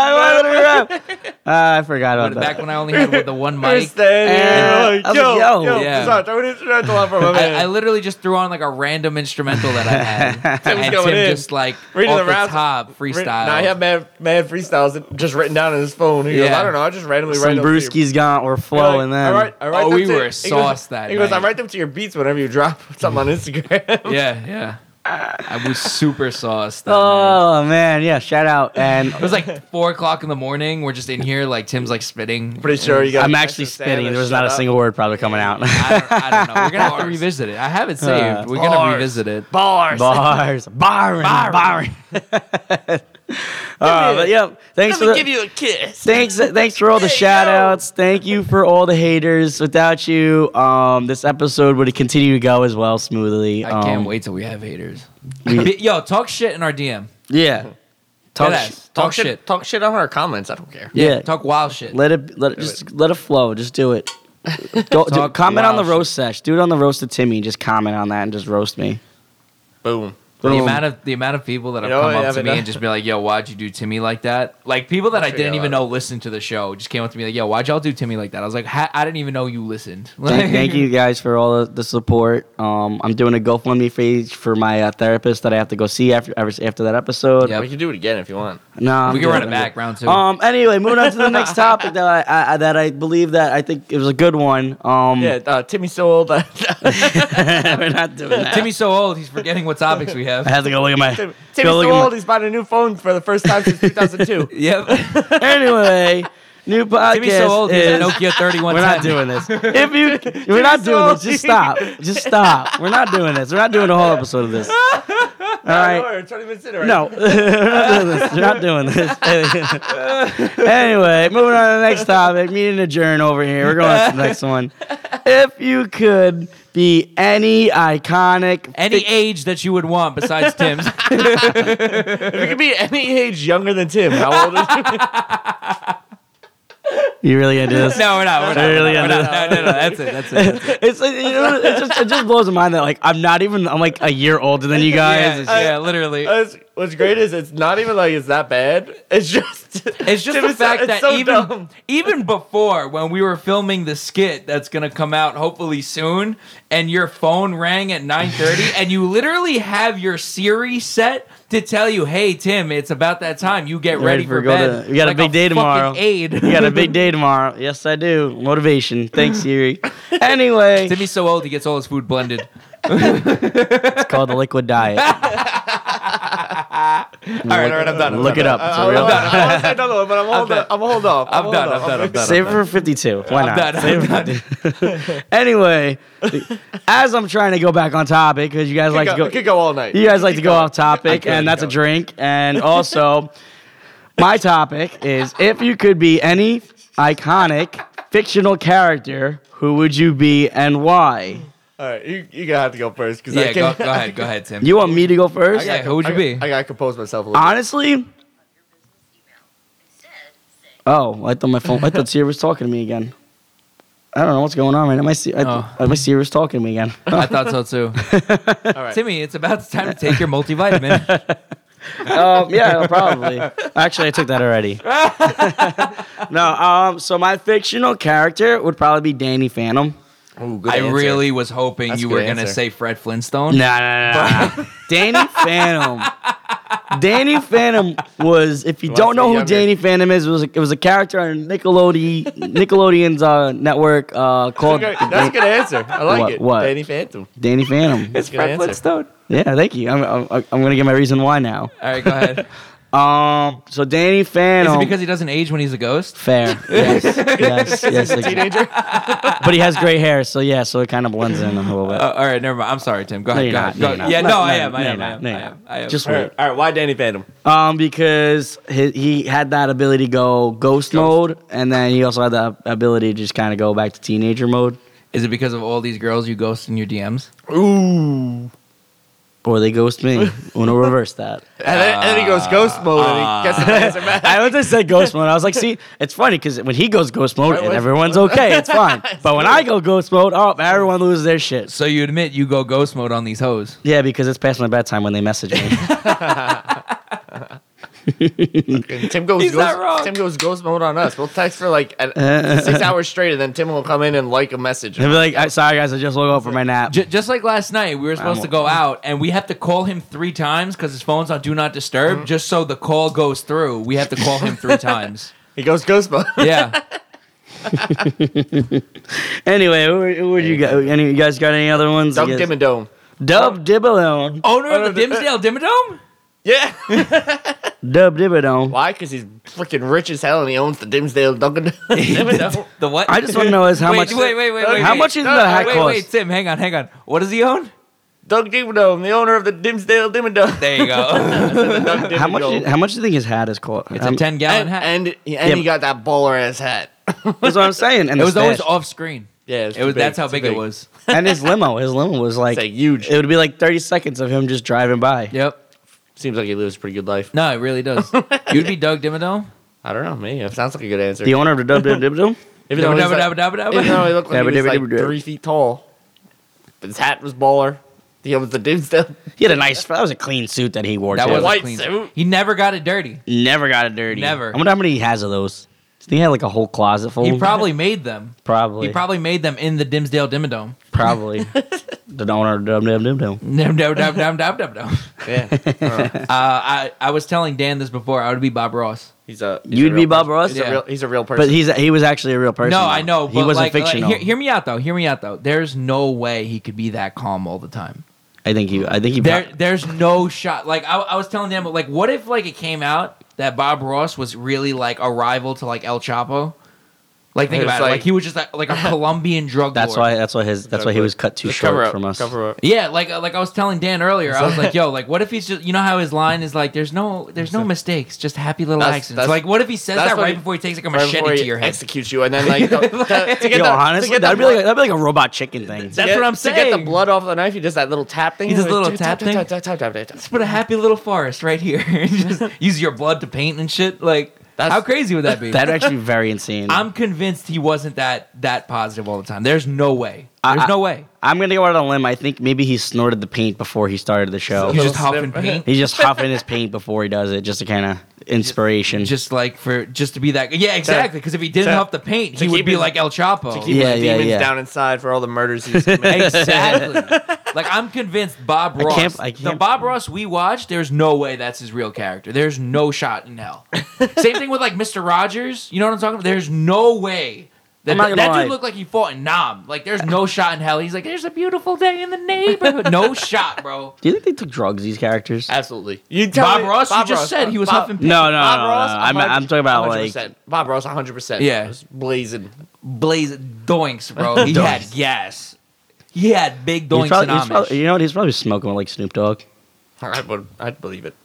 S2: right.
S1: wanted to rap. Ah, I forgot
S3: But
S1: about that.
S3: back when I only had with the one
S2: We're
S3: mic.
S1: Uh,
S2: standing here, like,
S1: I was
S2: yo,
S1: like,
S2: yo,
S1: yo.
S3: Yeah.
S2: Sorry, throw an instrumental on for my man.
S3: I, I literally just threw on like a random instrumental that I had,
S2: Tim's
S3: and
S2: going
S3: Tim
S2: in.
S3: just like
S2: Reading
S3: off
S2: the
S3: the,
S2: raps-
S3: top freestyle.
S2: Now I have mad, mad freestyles just written down on his phone. He goes,
S3: Yeah.
S2: I don't know. I just randomly
S1: Some
S2: write them to your-
S1: brewskis gone or
S2: You're like,
S1: flowing then.
S2: I write, I write
S3: Oh,
S2: them
S3: we
S2: to-
S3: were
S2: he goes-
S3: sauce that
S2: He goes, I
S3: night.
S2: write them to your beats whenever you drop something on Instagram.
S3: yeah, yeah. I was super sauced. that night.
S1: Oh man, yeah, shout out. And
S3: It was like four o'clock in the morning. We're just in here, like Tim's like spitting.
S2: Pretty sure you got.
S1: I'm
S2: a
S1: actually
S2: message saying
S1: spitting.
S2: to
S1: There was
S2: shut
S1: not a
S2: up.
S1: single word probably coming out.
S3: I don't, I don't know. We're gonna have to revisit it. I have it saved.
S1: Uh,
S3: We're gonna
S2: bars.
S3: revisit it.
S2: bars.
S1: Bars, Byron,
S3: Byron.
S1: Byron. Uh, but yeah, thanks for
S2: Let me
S1: the,
S2: give you a kiss.
S1: thanks uh, thanks for all the
S2: Hey,
S1: shout
S2: yo.
S1: outs thank you for all the haters without you um this episode would continue to go as well smoothly
S3: I can't
S1: Um,
S3: wait till we have haters.
S1: we-
S3: Yo, talk shit in our DM.
S1: yeah talk
S3: Deadass.
S1: sh-
S3: Talk
S2: Talk shit.
S3: shit.
S2: Talk shit on our comments. I don't care.
S1: yeah,
S3: Talk wild shit.
S1: let it let it just let it flow just do it go do,
S3: Talk
S1: comment on the
S3: wild shit.
S1: roast sesh do it on the roast of timmy just comment on that and just roast me
S2: Boom.
S3: The
S1: Boom.
S3: amount of the amount of people that have
S2: You know,
S3: come
S2: yeah,
S3: up to
S2: but
S3: me
S2: that-
S3: and just be like, "Yo, why'd you do Timmy like that?" Like people that I
S2: Sure,
S3: didn't
S2: yeah,
S3: even
S2: a lot.
S3: know listened to the show just came up to me like, "Yo, why'd y'all do Timmy like that?" I was like, "Ha- "I didn't even know you listened." Like,
S1: Thank, thank you guys for all the- the support. Um, I'm doing a GoFundMe page for my uh, therapist that I have to go see after after after that episode.
S3: Yep.
S2: We can do it again if you want.
S1: No,
S3: We can
S1: I'm
S3: run
S1: good.
S3: it back round two.
S1: Um. Anyway, moving on to the next topic that I, I I- that I believe that I think it was a good one. Um,
S3: Mm.
S2: Yeah, uh, Timmy's so old.
S1: we're not doing that.
S3: Timmy's so old, he's forgetting what topics we
S1: I
S3: have.
S1: have to go look at my.
S2: Tim-
S1: go
S2: Timmy's
S1: look
S2: so
S1: at my-
S2: old. He's bought a new phone for the first time since 2002.
S3: yep.
S1: Anyway, new podcast.
S3: Timmy's so old, he
S1: is,
S3: has a Nokia 3110.
S1: we're not doing this. If you, we're not
S2: so
S1: doing this.
S2: old.
S1: Just stop. Just stop. We're not doing this. We're not doing a whole episode of this. All right.
S2: We're 20 minutes in already.
S1: No, we're not doing this. We're not doing this. anyway, moving on to the next topic. Meeting adjourn over here. We're going to the next one. If you could be any iconic,
S3: Any age that you would want besides Tim's.
S2: If you could be any age younger than Tim, how old is
S1: you really gonna do this?
S3: no, we're not. We're not.
S1: Really
S3: we're not. No, no, no. That's it. That's it. That's it.
S1: It's like, you know, it just it just blows my mind that like I'm not even I'm like a year older than you guys.
S3: yeah, yeah, literally.
S2: I was, What's great is it's not even like it's that bad. It's just
S3: It's just
S2: Tim
S3: the
S2: is so-
S3: fact
S2: it's
S3: that
S2: so
S3: even
S2: dumb.
S3: even before when we were filming the skit that's gonna come out hopefully soon, and your phone rang at nine thirty, and you literally have your Siri set to tell you, "Hey Tim, it's about that time. You get ready, for,
S1: go
S3: bed.
S1: to- you got a
S3: Like
S1: big day
S3: fucking
S1: tomorrow.
S3: Aid.
S1: You got a big day tomorrow. Yes, I do. Motivation. Thanks, Siri. Anyway, it's
S3: Timmy's so old he gets all his food blended.
S1: called the liquid diet.
S3: all right, all right, I'm done. Oh, I'm
S1: Look
S3: done.
S1: it up. It's a
S2: I,
S1: real-
S2: I, I, want to say another one, but I'm hold
S3: done.
S2: up. I'm hold off.
S3: I'm done. I'm done. I'm done.
S1: Save it for 52. Why not?
S3: done.
S1: Save it
S3: I'm
S1: for 52. anyway, as I'm trying to go back on topic, because you guys like
S2: Could
S1: to
S2: go,
S1: go,
S2: could go all night.
S1: you guys like to go off topic,
S2: could
S1: and that's a
S2: go.
S1: drink. And also, my topic is if you could be any iconic fictional character, who would you be and why?
S2: All right, you you gonna have to go first because
S3: Yeah,
S2: I
S3: go,
S2: can't.
S3: go ahead, go ahead, Tim.
S1: You want me to go first?
S3: Yeah, who would you
S2: I,
S3: be?
S2: I gotta compose myself a little.
S1: Honestly. Oh, I thought my phone. I thought Siri was talking to me again. I don't know what's going on right now. My Siri, I th- my Siri was talking to me again.
S3: I thought so too.
S2: bit. All right.
S3: Timmy, it's about time to take your multivitamin.
S1: um, yeah, probably. Actually, I took that already. no, um, so my fictional character would probably be Danny Phantom.
S2: Ooh, good
S3: I
S2: answer.
S3: really was hoping
S2: That's a
S3: you
S2: good
S3: were gonna
S2: answer.
S3: say Fred Flintstone.
S1: Nah, nah, nah, nah. Danny Phantom. Danny Phantom was, if you
S2: Wants
S1: don't
S2: to be
S1: know who
S2: younger.
S1: Danny Phantom is, it was a, it was a character on Nickelodeon, Nickelodeon's uh, network uh, called
S2: Okay, That's a good answer. I like
S1: What-
S2: it.
S1: what?
S2: Danny Phantom.
S1: Danny Phantom.
S2: That's a good answer.
S1: Yeah, thank you. I'm, I'm, I'm gonna give my reason why now.
S3: All right, go ahead.
S1: Um, so Danny
S3: Is
S1: Phantom.
S3: it because he doesn't age when he's a ghost?
S1: fair? Yes, yes, yes. like-
S2: Teenager.
S1: but he has gray hair, so yeah, so it kind of blends in a little bit.
S3: Uh, all right, never mind. I'm sorry, Tim. Go
S1: No,
S3: ahead.
S1: you're
S3: go
S1: not. No, you're not.
S3: ahead. Go- yeah,
S1: No,
S3: no,
S1: no,
S3: I am. I
S1: no,
S3: am.
S1: you're
S3: I
S1: not.
S3: am.
S1: No,
S3: I
S1: you're
S3: am. I am.
S1: Just
S2: all, right, all right, why Danny Phantom?
S1: Um, because he, he had that ability to go ghost, mode, and then he also had the ability to just kind of go back to teenager mode,
S3: Is it because of all these girls you ghost in your DMs?
S2: Ooh.
S1: or they ghost me. Uno reverse that.
S2: And then, and then he
S3: Ah.
S2: goes ghost mode and he gets the answer back.
S1: I was just said ghost mode. I was like, see, it's funny because when he goes ghost mode,
S2: Right,
S1: and
S2: what-
S1: everyone's okay, it's fine. But when I go ghost mode, oh, everyone loses their shit.
S3: So you admit you go ghost mode on these hoes?
S1: Yeah, because it's past my bedtime when they message me.
S2: And Tim goes
S3: He's not
S2: ghost,
S3: wrong.
S2: Tim goes ghost mode on us. We'll text for like an, six hours straight, and then Tim will come in and like a message.
S1: They'll be like, "I- "Sorry guys, I just woke up from my nap."
S3: J- just like last night, we were supposed to go out, and we have to call him three times because his phone's on do not
S1: Mm.
S3: disturb. Just so the call goes through, we have to call him three times.
S2: He goes ghost mode.
S3: Yeah,
S1: Anyway, who, who would you guys? Any you guys got any other ones?
S2: Dunk
S1: You guys-
S2: Dim and Dome.
S1: Dub Dibbalone.
S3: owner of
S2: of
S3: the
S2: the-
S3: Dimsdale Dimmadome.
S2: Yeah.
S1: Dub Dibbalone.
S2: Why? Because he's freaking rich as hell and he owns the Dimsdale Dunkin'. Dimsdale.
S3: The what?
S1: I just want to know is how
S3: wait,
S1: much.
S3: Wait, wait, wait, wait.
S1: how
S3: wait.
S1: much is
S2: No,
S1: the
S2: no,
S1: hat
S3: wait,
S1: cost?
S3: wait, Tim, hang on, hang on. What does he own?
S2: Doug Dimmadome, the owner of the Dimsdale Dimmadome.
S3: There you go.
S1: How much? How much do you think his hat is Um, cost?
S3: it's a ten gallon
S2: And,
S3: hat.
S2: and, and
S1: but-
S2: he got that baller ass hat.
S1: That's what I'm saying. And
S3: it was
S1: his
S3: always
S1: stash.
S3: off screen.
S2: Yeah, it's
S3: It was
S2: too
S3: that's how
S2: too
S3: big, it was.
S1: and his limo. His limo was like,
S2: It's like huge.
S1: it would be like 30 seconds of him just driving by.
S3: Yep.
S2: Seems like he lives a pretty good life.
S3: No, it really does. You'd be Doug Dimmadome.
S2: I don't know, me. It sounds like a good answer.
S1: The owner of the Dub Dib Dibbalone.
S2: Even though he's like- even though he
S3: Dabba-dabba-dabba-dabba.
S2: looked like
S1: Dabba
S2: he was
S1: dabba
S2: like
S1: dabba dabba.
S2: three feet tall, but his hat was baller. He owns the Dimsdale.
S1: He had a nice. That was a clean suit that he wore.
S3: That
S1: too.
S3: was a
S2: White
S3: clean-
S2: suit.
S3: He never got it dirty.
S1: never got it dirty.
S3: Never.
S1: I wonder how many he has of those. Do you think He had like a whole closet full.
S3: He probably made them.
S1: Probably.
S3: He probably made them in the Dimsdale Dimmadome.
S1: Probably. the owner of Dum Dum Dum Dum.
S3: Dim dum dum dum dum dum dum.
S2: Yeah, I don't know.
S3: Uh, I I was telling Dan this before. I would be Bob Ross.
S2: he's a. he's a
S1: You'd
S2: real
S1: be Bob
S2: person.
S1: Ross,
S2: He's
S3: Yeah.
S2: a real. He's a real person.
S1: but he's he was actually a real person.
S3: No,
S1: though.
S3: I know. But
S1: he wasn't
S3: like, like,
S1: fictional.
S3: hear, hear me out though. Hear me out though. There's no way he could be that calm all the time.
S1: I think he. I think he.
S3: There,
S1: prob-
S3: there's no shot. Like I, I was telling Dan, but like, what if like it came out that Bob Ross was really like a rival to like El Chapo? Like think
S2: It was
S3: about it. Like
S2: like-
S3: he was just like, like a Colombian drug.
S1: that's
S3: lord.
S1: why. That's why his. That's why he was cut too
S2: Just
S1: short
S2: cover up,
S1: from us.
S2: Cover up.
S3: Yeah, like uh, like I was telling Dan earlier, I was like, "Yo, like, what if he's just, you know how his line is like, there's no, there's no mistakes, just happy little
S2: That's-
S3: accidents."
S2: that's-
S3: like, what if he says
S2: that's
S3: that
S2: what
S3: right
S2: he-
S3: before he takes like a
S2: Right
S3: machete
S2: before
S3: to
S2: he
S3: your head?
S2: executes you, and then like to, to, to get
S1: Yo,
S2: the, to
S1: honestly,
S2: get
S1: that'd
S2: the
S1: be like
S2: blood-
S1: that'd be like a robot chicken thing.
S3: That's
S2: get-
S3: what I'm
S2: To get the
S3: saying.
S2: blood off the knife, you just that little tap thing.
S3: He does a little
S2: Tap, tap,
S3: tap thing?
S2: tap, tap, tap, tap, tap, tap.
S3: Just put a happy little forest right here. just use your blood to paint and shit. Like,
S2: That's-
S3: how crazy would that be?
S1: That'd actually be very insane.
S3: I'm convinced he wasn't that that positive all the time. There's no way. There's
S1: I-
S3: no way.
S1: I'm gonna go out on a limb. I think maybe he snorted the paint before he started the show.
S3: You just
S2: Little
S3: hop in
S2: snip.
S3: paint.
S1: He's just huffing his paint before he does it, just to kind of inspiration.
S3: Just like for just to be that. Yeah, exactly. Because if he didn't
S2: to-
S3: huff the paint,
S2: to
S3: he would
S2: keep
S3: be
S2: his-
S3: like El Chapo.
S2: to keep
S1: Yeah,
S2: his
S1: yeah,
S2: demons
S1: yeah.
S2: down inside for all the murders he's committed.
S3: Exactly. like I'm convinced Bob Ross.
S1: can't- I
S3: The
S1: can't-
S3: Bob Ross we watched, there's no way that's his real character. There's no shot in hell. Same thing with like Mr. Rogers. You know what I'm talking about? There's no way. That,
S1: I'm not
S3: that,
S1: gonna lie.
S3: dude looked like he fought in Nam. Like there's no shot in hell. He's like, there's a beautiful day in the neighborhood. No shot, bro.
S1: Do you think they took drugs? These characters?
S2: Absolutely. You tell
S3: Bob
S2: me-
S3: Ross,
S2: Bob
S3: you just
S2: Ross, uh,
S3: said he was
S2: Bob-
S3: huffing.
S1: No, no, no,
S2: Bob
S1: no,
S2: Uh, Ross,
S1: no. I'm,
S2: 100
S1: I'm talking about like
S2: 100%. Bob Ross, 100. percent
S3: Yeah.
S2: blazing.
S3: blaze doinks, bro. He had gas. He had big
S1: he's
S3: doinks
S1: probably-
S3: in
S1: he's
S3: Amish.
S1: probably- you know what? He's probably smoking with like Snoop Dogg.
S2: I would, I'd believe it.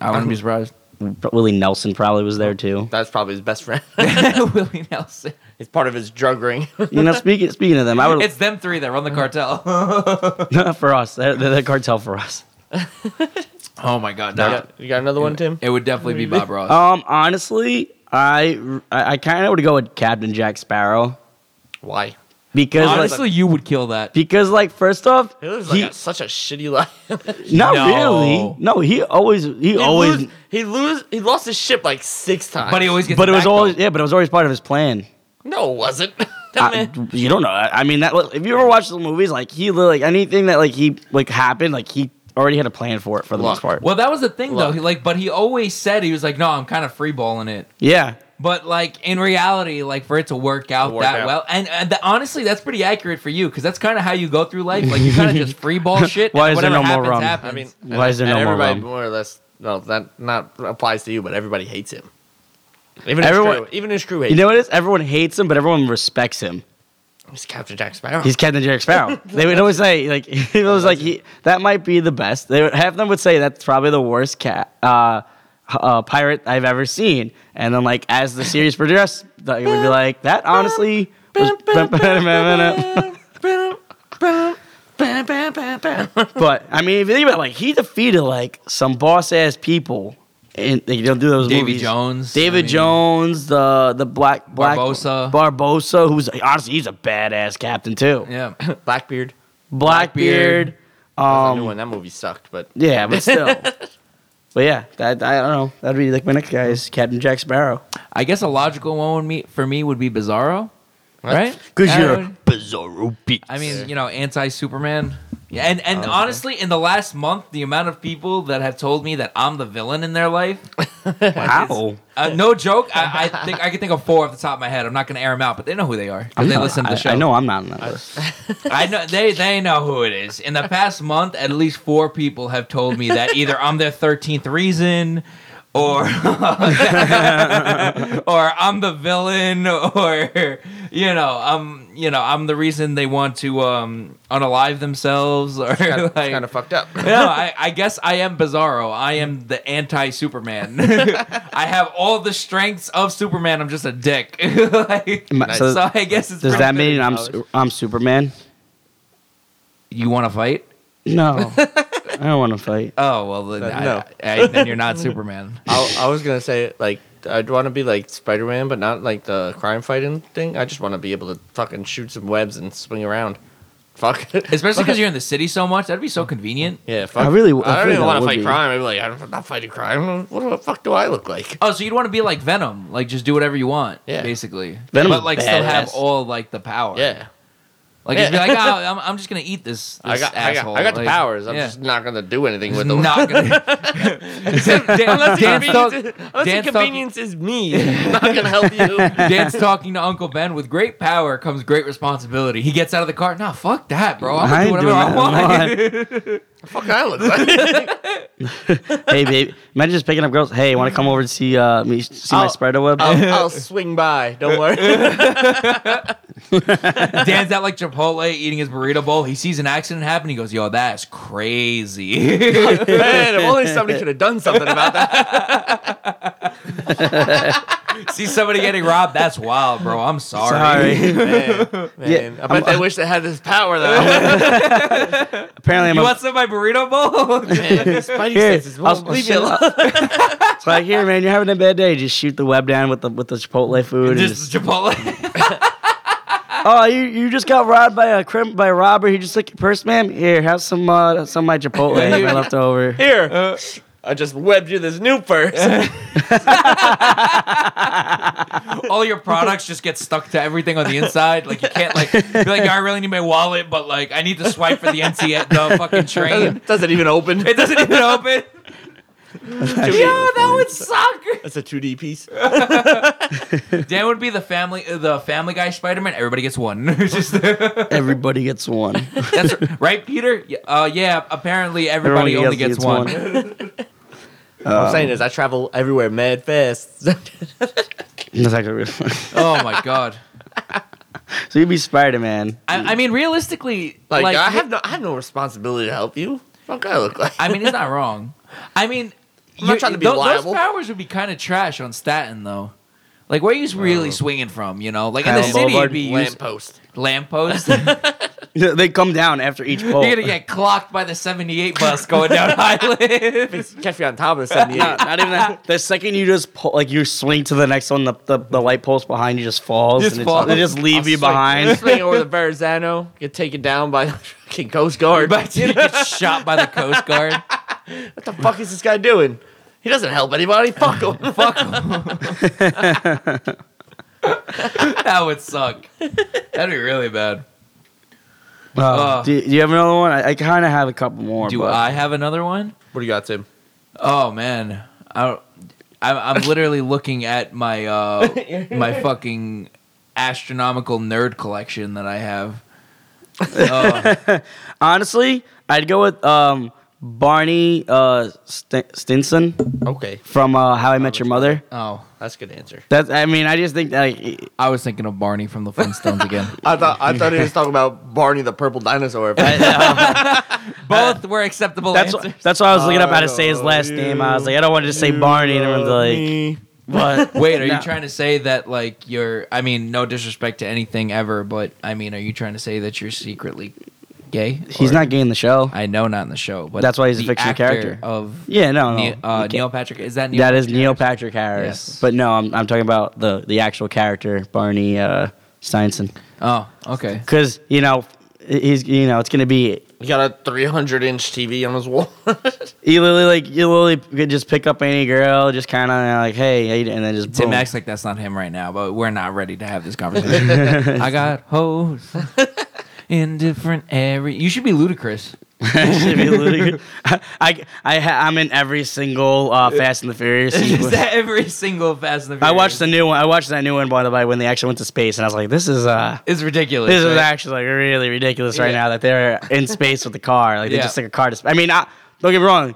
S3: I wouldn't be surprised.
S1: Pro- Willie Nelson probably was there too.
S2: That's probably his best friend.
S3: Willie Nelson.
S2: it's part of his drug ring.
S1: You know, speaking speaking of them, I would
S3: It's them three that run the cartel.
S1: not for us. They're, they're the cartel for us.
S3: Oh my god,
S2: you,
S3: that- Mm. Uh,
S2: got, you got another one, Tim?
S3: It would definitely be Bob Ross.
S1: Um, honestly, I I, I kind of would go with Captain Jack Sparrow
S2: Why?
S1: because like,
S3: Honestly, you would kill that.
S1: because like first off,
S2: He lives like
S1: he,
S2: a, such a shitty life.
S1: not
S3: No.
S1: really. No, he always he,
S2: He
S1: always.
S2: lose, he lose he lost his ship like six times.
S3: But he always gets
S1: but it
S3: back,
S1: was always
S3: though.
S1: yeah, but it was always part of his plan.
S2: no, it wasn't. That
S1: I,
S2: man,
S1: you don't know. I I mean, that if you ever watch the movies, like he li- like anything that like he like happened, like he already had a plan for it for the
S2: Look.
S1: most part.
S3: Well, that was the thing though.
S2: Look.
S3: He like, but he always said he was like, "No, I'm kind of free balling it."
S1: Yeah,
S3: But like in reality, like for it to work out
S2: work
S3: that
S2: out.
S3: well, and, and th- honestly, that's pretty accurate for you because that's kind of how you go through life. Like you kind of just free ball shit.
S1: Why
S3: and
S1: is there no
S3: whatever
S1: more
S3: happens,
S1: rum?
S3: Happens.
S2: I mean,
S1: Why
S2: and-
S1: is there
S2: and
S1: no more
S2: everybody
S1: rum?
S2: more or less? No, that not applies to you, but everybody hates him. Even his
S1: Everyone-
S2: crew, even his crew hates.
S1: you
S2: him.
S1: know what it is? Everyone hates him, but everyone respects him.
S2: he's Captain Jack Sparrow.
S1: He's Captain Jack Sparrow. they would always say like it was like he, that might be the best. They would, half of them would say that's probably the worst cat uh, h- uh, pirate I've ever seen. And then like as the series progressed, they would be like that honestly. Was, but I mean, if you think about it, like he defeated like some boss ass people. And they don't do those
S3: Davy
S1: movies.
S3: Jones,
S1: David
S3: I mean-
S1: Jones, the the black black
S3: Barbosa.
S1: Barbosa, who's honestly he's a badass captain too.
S3: yeah.
S2: Blackbeard.
S1: Blackbeard.
S2: That's a new
S1: Um,
S2: one. That movie sucked, but
S1: yeah, but still. but yeah, that, I don't know. That'd be like my next guy is Captain Jack Sparrow.
S3: I guess a logical one would me for me would be Bizarro, right?
S1: Because
S3: I
S1: you're
S3: would-
S1: a bizarro beast.
S3: I mean, you know, anti Superman. Yeah, and and honestly, in the last month, the amount of people that have told me that I'm the villain in their life,
S1: wow.
S3: uh, no joke. I, I think I can think of four off the top of my head. I'm not going to air them out, but they know who they are. 'cause
S1: I'm
S3: they
S1: not-
S3: listen to
S1: I-
S3: the show.
S1: I know I'm not in that list.
S3: I know they they know who it is. In the past month, at least four people have told me that either I'm their thirteenth reason, or or I'm the villain, or you know I'm you know I'm the reason they want to um unalive themselves, or
S2: kind
S3: like.
S2: of fucked up.
S3: no, I, I guess I am Bizarro. I am the anti Superman. I have all the strengths of Superman. I'm just a dick. Like,
S1: My-
S3: so,
S1: so-
S3: I guess it's
S1: Does
S3: pretty
S1: that mean I'm
S2: $50.
S1: su- I'm Superman?
S3: you want to fight?
S1: No, I don't want to fight.
S3: Oh well, then,
S2: Uh,
S3: I-
S2: no.
S3: I- I- then you're not Superman.
S2: I, I was gonna say like I'd want to be like Spider Man, but not like the crime fighting thing. I just want to be able to fucking shoot some webs and swing around. Fuck.
S3: Especially because you're in the city so much. That'd be so convenient.
S2: yeah, fuck.
S1: I really- I
S2: I
S1: feel
S2: don't even
S1: that
S2: want to
S1: would
S2: fight
S1: be-
S2: crime. I'd be like, I'm not fighting crime. What the fuck do I look like?
S3: Oh, so you'd want to be like Venom, like just do whatever you want,
S2: Yeah.
S3: basically.
S1: Venom's
S3: but like still have
S1: badass.
S3: all like the power.
S2: Yeah,
S3: like you'd be
S2: Yeah.
S3: like, oh, I'm, I'm just gonna eat this, this
S2: I got, I got,
S3: asshole.
S2: I got the
S3: Like,
S2: powers. I'm
S3: yeah.
S2: just not gonna do anything
S3: Just
S2: with them.
S3: not gonna.
S2: unless
S3: Dan's,
S2: the
S3: talk-
S2: convenience, is, unless
S3: Dan's
S2: the
S3: talk-
S2: convenience is me, I'm not gonna help you.
S3: Dan's talking to Uncle Ben. With great power comes great responsibility. He gets out of the car. Nah, fuck that, bro. I'm
S1: I
S3: gonna do
S1: ain't
S3: whatever I
S1: doing that.
S3: want.
S2: fuck, I look like.
S1: hey, babe, imagine just picking up girls. Hey, want to come over to see uh, me see my
S2: I'll-
S1: spider web?
S2: I'll, I'll swing by. Don't worry.
S3: Dan's at like Chipotle eating his burrito bowl. He sees an accident happen. He goes, "Yo, that's crazy."
S2: Man, if only somebody could have done something about that.
S3: See somebody getting robbed. That's wild, bro. I'm sorry.
S1: Sorry.
S2: Man, man. I bet they wish they had this power though.
S1: Apparently, I'm
S3: You
S1: a-
S3: want some of my burrito bowl?
S2: Spidey
S1: Here,
S2: senses
S1: I'll
S2: won't
S1: leave
S2: shut
S1: you
S2: up.
S1: alone. It's like here, man. You're having a bad day. Just shoot the web down with the with the Chipotle food. and
S3: Just Chipotle.
S1: Oh, you, you just got robbed by a crim by a robber. He just took your purse, ma'am. Here, have some uh, some of my Chipotle I left over.
S2: Here, I just webbed you this new purse.
S3: All your products just get stuck to everything on the inside. Like you can't like be like, I really need my wallet, but like I need to swipe for the NC the fucking train.
S2: Doesn't even open.
S3: It doesn't even open. Yo, that would suck.
S2: That's a 2D piece.
S3: Dan would be the family, the Family Guy Spider Man. Everybody gets one. It's just
S1: Everybody gets one.
S3: that's right, Peter. Yeah, Uh, yeah. Apparently, everybody
S1: Everyone
S3: only gets, one.
S2: What I'm saying is, I travel everywhere mad fast.
S1: That's actually really funny.
S3: Oh my god.
S1: So you'd be Spider Man.
S3: I, I mean, realistically,
S2: Like,
S3: like,
S2: I have no, I have no responsibility to help you. What do I look like?
S3: I mean, he's not wrong. I mean,
S2: I'm not trying to be
S3: tho- those,
S2: liable.
S3: powers would be kind of trash on Staten, though. Like, where are you really swinging from? You know, like in the
S1: Kyle
S3: city,
S1: Boulevard,
S3: it'd be use-
S2: lamppost.
S3: lamppost. You're
S1: They come down after each poll.
S3: gonna get clocked by the '78 bus going down Highland.
S2: Catch me on top of the 78.
S1: Not even that. The second you just pull, like you swing to the next one, the, the, the light post behind you just falls.
S3: Just
S1: and it's-
S3: falls.
S1: They just leave you
S2: Swing-
S1: behind.
S2: Swing over the Verrazano, get taken down by the fucking Coast Guard.
S3: But you get shot by the Coast Guard.
S2: what the fuck is this guy doing? He doesn't help anybody. Fuck him.
S3: Fuck 'em. that would suck. That'd be really bad.
S1: Uh, do, do you have another one? I, I kind of have a couple more.
S3: Do
S1: but
S3: I have another one?
S2: What do you got, Tim?
S3: Oh man, I, don't- I I'm literally looking at my uh my fucking astronomical nerd collection that I have. Uh,
S1: Honestly, I'd go with um, Barney uh, St- Stinson
S2: Okay,
S1: from uh, How I Met Your Mother.
S3: oh,
S2: that's a good answer.
S1: That's. I mean, I just think that. Like,
S3: I was thinking of Barney from the Flintstones again.
S2: I thought I thought he was talking about Barney the purple dinosaur.
S3: Both were acceptable
S1: that's
S3: answers.
S1: what, that's why I was looking up how to say
S3: Oh,
S1: his last name. I was like, I don't want to just say Barney, and everyone's like, what?
S3: Wait, are
S1: No.
S3: you trying to say that like you're? I mean, no disrespect to anything ever, but I mean, are you trying to say that you're secretly gay?
S1: He's
S3: Or-
S1: not getting the show.
S3: I know, not in the show, but
S1: That's why he's a
S3: the
S1: fictional
S3: actor
S1: character.
S3: of
S1: Yeah, no, no.
S3: Ne- uh,
S1: You can't-
S3: Neil Patrick. Is that Neil?
S1: that is
S3: Patrick
S1: Neil
S3: Harris?
S1: Patrick Harris.
S3: Yes.
S1: But no, I'm, I'm talking about the, the actual character, Barney uh, Steinson.
S3: Oh, okay.
S1: Because, you know, he's, you know, it's going to be,
S2: He got a 300 inch TV on his wall.
S1: you literally, like, you literally could just pick up any girl, just kind of like, hey, hey, and then just
S3: Tim
S1: boom.
S3: acts like that's not him right now, but we're not ready to have this conversation. I got hoes in different areas. You should be ludicrous.
S1: Should be ludicrous. I, I, I, ha- I'm in every single uh, Fast and the Furious.
S3: Just
S1: sequence.
S3: every single Fast and the
S1: I
S3: Furious.
S1: watched the new one. I watched that new one by the way when they actually went to space, and I was like, this is uh.
S3: It's ridiculous.
S1: This is
S3: right?
S1: actually like really ridiculous right
S3: Yeah.
S1: now that they're in space with the car. Like they
S3: Yeah.
S1: just took a car to space. I mean, I, don't get me wrong.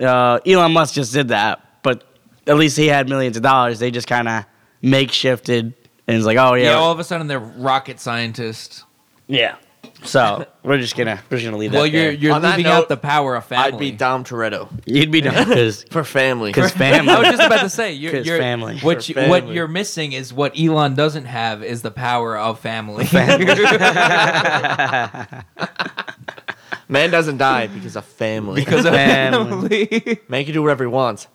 S1: Uh, Elon Musk just did that, but at least he had millions of dollars. They just kind of makeshifted and it's like, oh yeah,
S3: yeah.
S1: yeah.
S3: All of a sudden they're rocket scientists.
S1: So we're just gonna we're just gonna leave
S3: Well,
S1: that.
S3: you're
S1: there.
S3: you're
S2: On that
S3: leaving
S2: note,
S3: out the power of family.
S2: I'd be Dom Toretto
S1: you'd be done because
S2: for family.
S1: family.
S3: I was just about to say, you're,
S1: His
S3: you're-
S1: family.
S3: What
S2: Her
S3: you, what
S2: family.
S3: you're missing is what Elon doesn't have is the power of family.
S2: Man doesn't die because of family.
S3: because of
S1: Family.
S3: family.
S2: man can do whatever he wants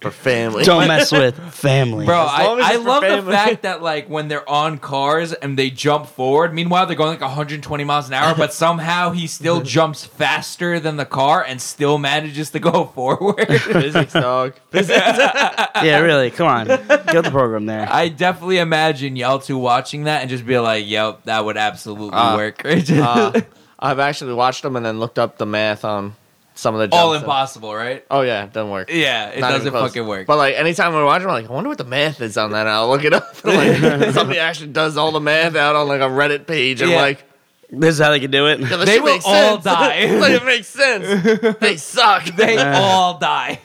S2: for family.
S1: don't mess with family,
S3: Bro,
S2: As long as
S3: I, I
S2: it's for
S3: love the
S2: family.
S3: fact that like when they're on cars and they jump forward. Meanwhile, they're going like 120 miles an hour, but somehow he still jumps faster than the car and still manages to go forward.
S2: Physics, dog.
S1: Yeah, really. Come on, get the program there.
S3: I definitely imagine y'all two watching that and just be like, "Yep, that would absolutely
S2: Uh,
S3: work."
S2: Uh, I've actually watched them and then looked up the math on some of the jumps.
S3: All
S2: and-
S3: impossible, right?
S2: Oh yeah, it doesn't work.
S3: Yeah, it
S2: Not even
S3: doesn't
S2: close.
S3: fucking work.
S2: But like anytime we're watching, I'm like, I wonder what the math is on that. And I'll look it up. And, like, somebody actually does all the math out on like a Reddit page. And
S3: Yeah.
S2: I'm like,
S1: This is how they can do it.
S2: yeah, this
S3: They
S2: shit
S3: will
S2: makes
S3: all
S2: sense.
S3: die.
S2: like it makes sense. They suck.
S3: They all die.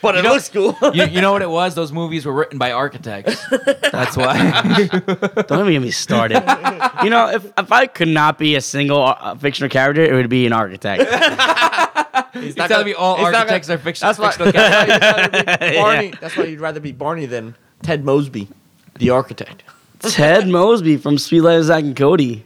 S2: but it
S3: know-
S2: looks cool.
S3: You, you know what it was? Those movies were written by architects. That's why.
S1: Don't even get me started. you know, if, if I could not be a single uh, fictional character, it would be an architect.
S2: He's
S3: You're telling me all architects are fiction,
S2: That's why,
S3: fictional characters?
S2: that's why you'd rather be Barney. That's why you'd rather be Barney than Ted Mosby, the architect.
S1: Ted Mosby from Sweet Life of Zack and Cody.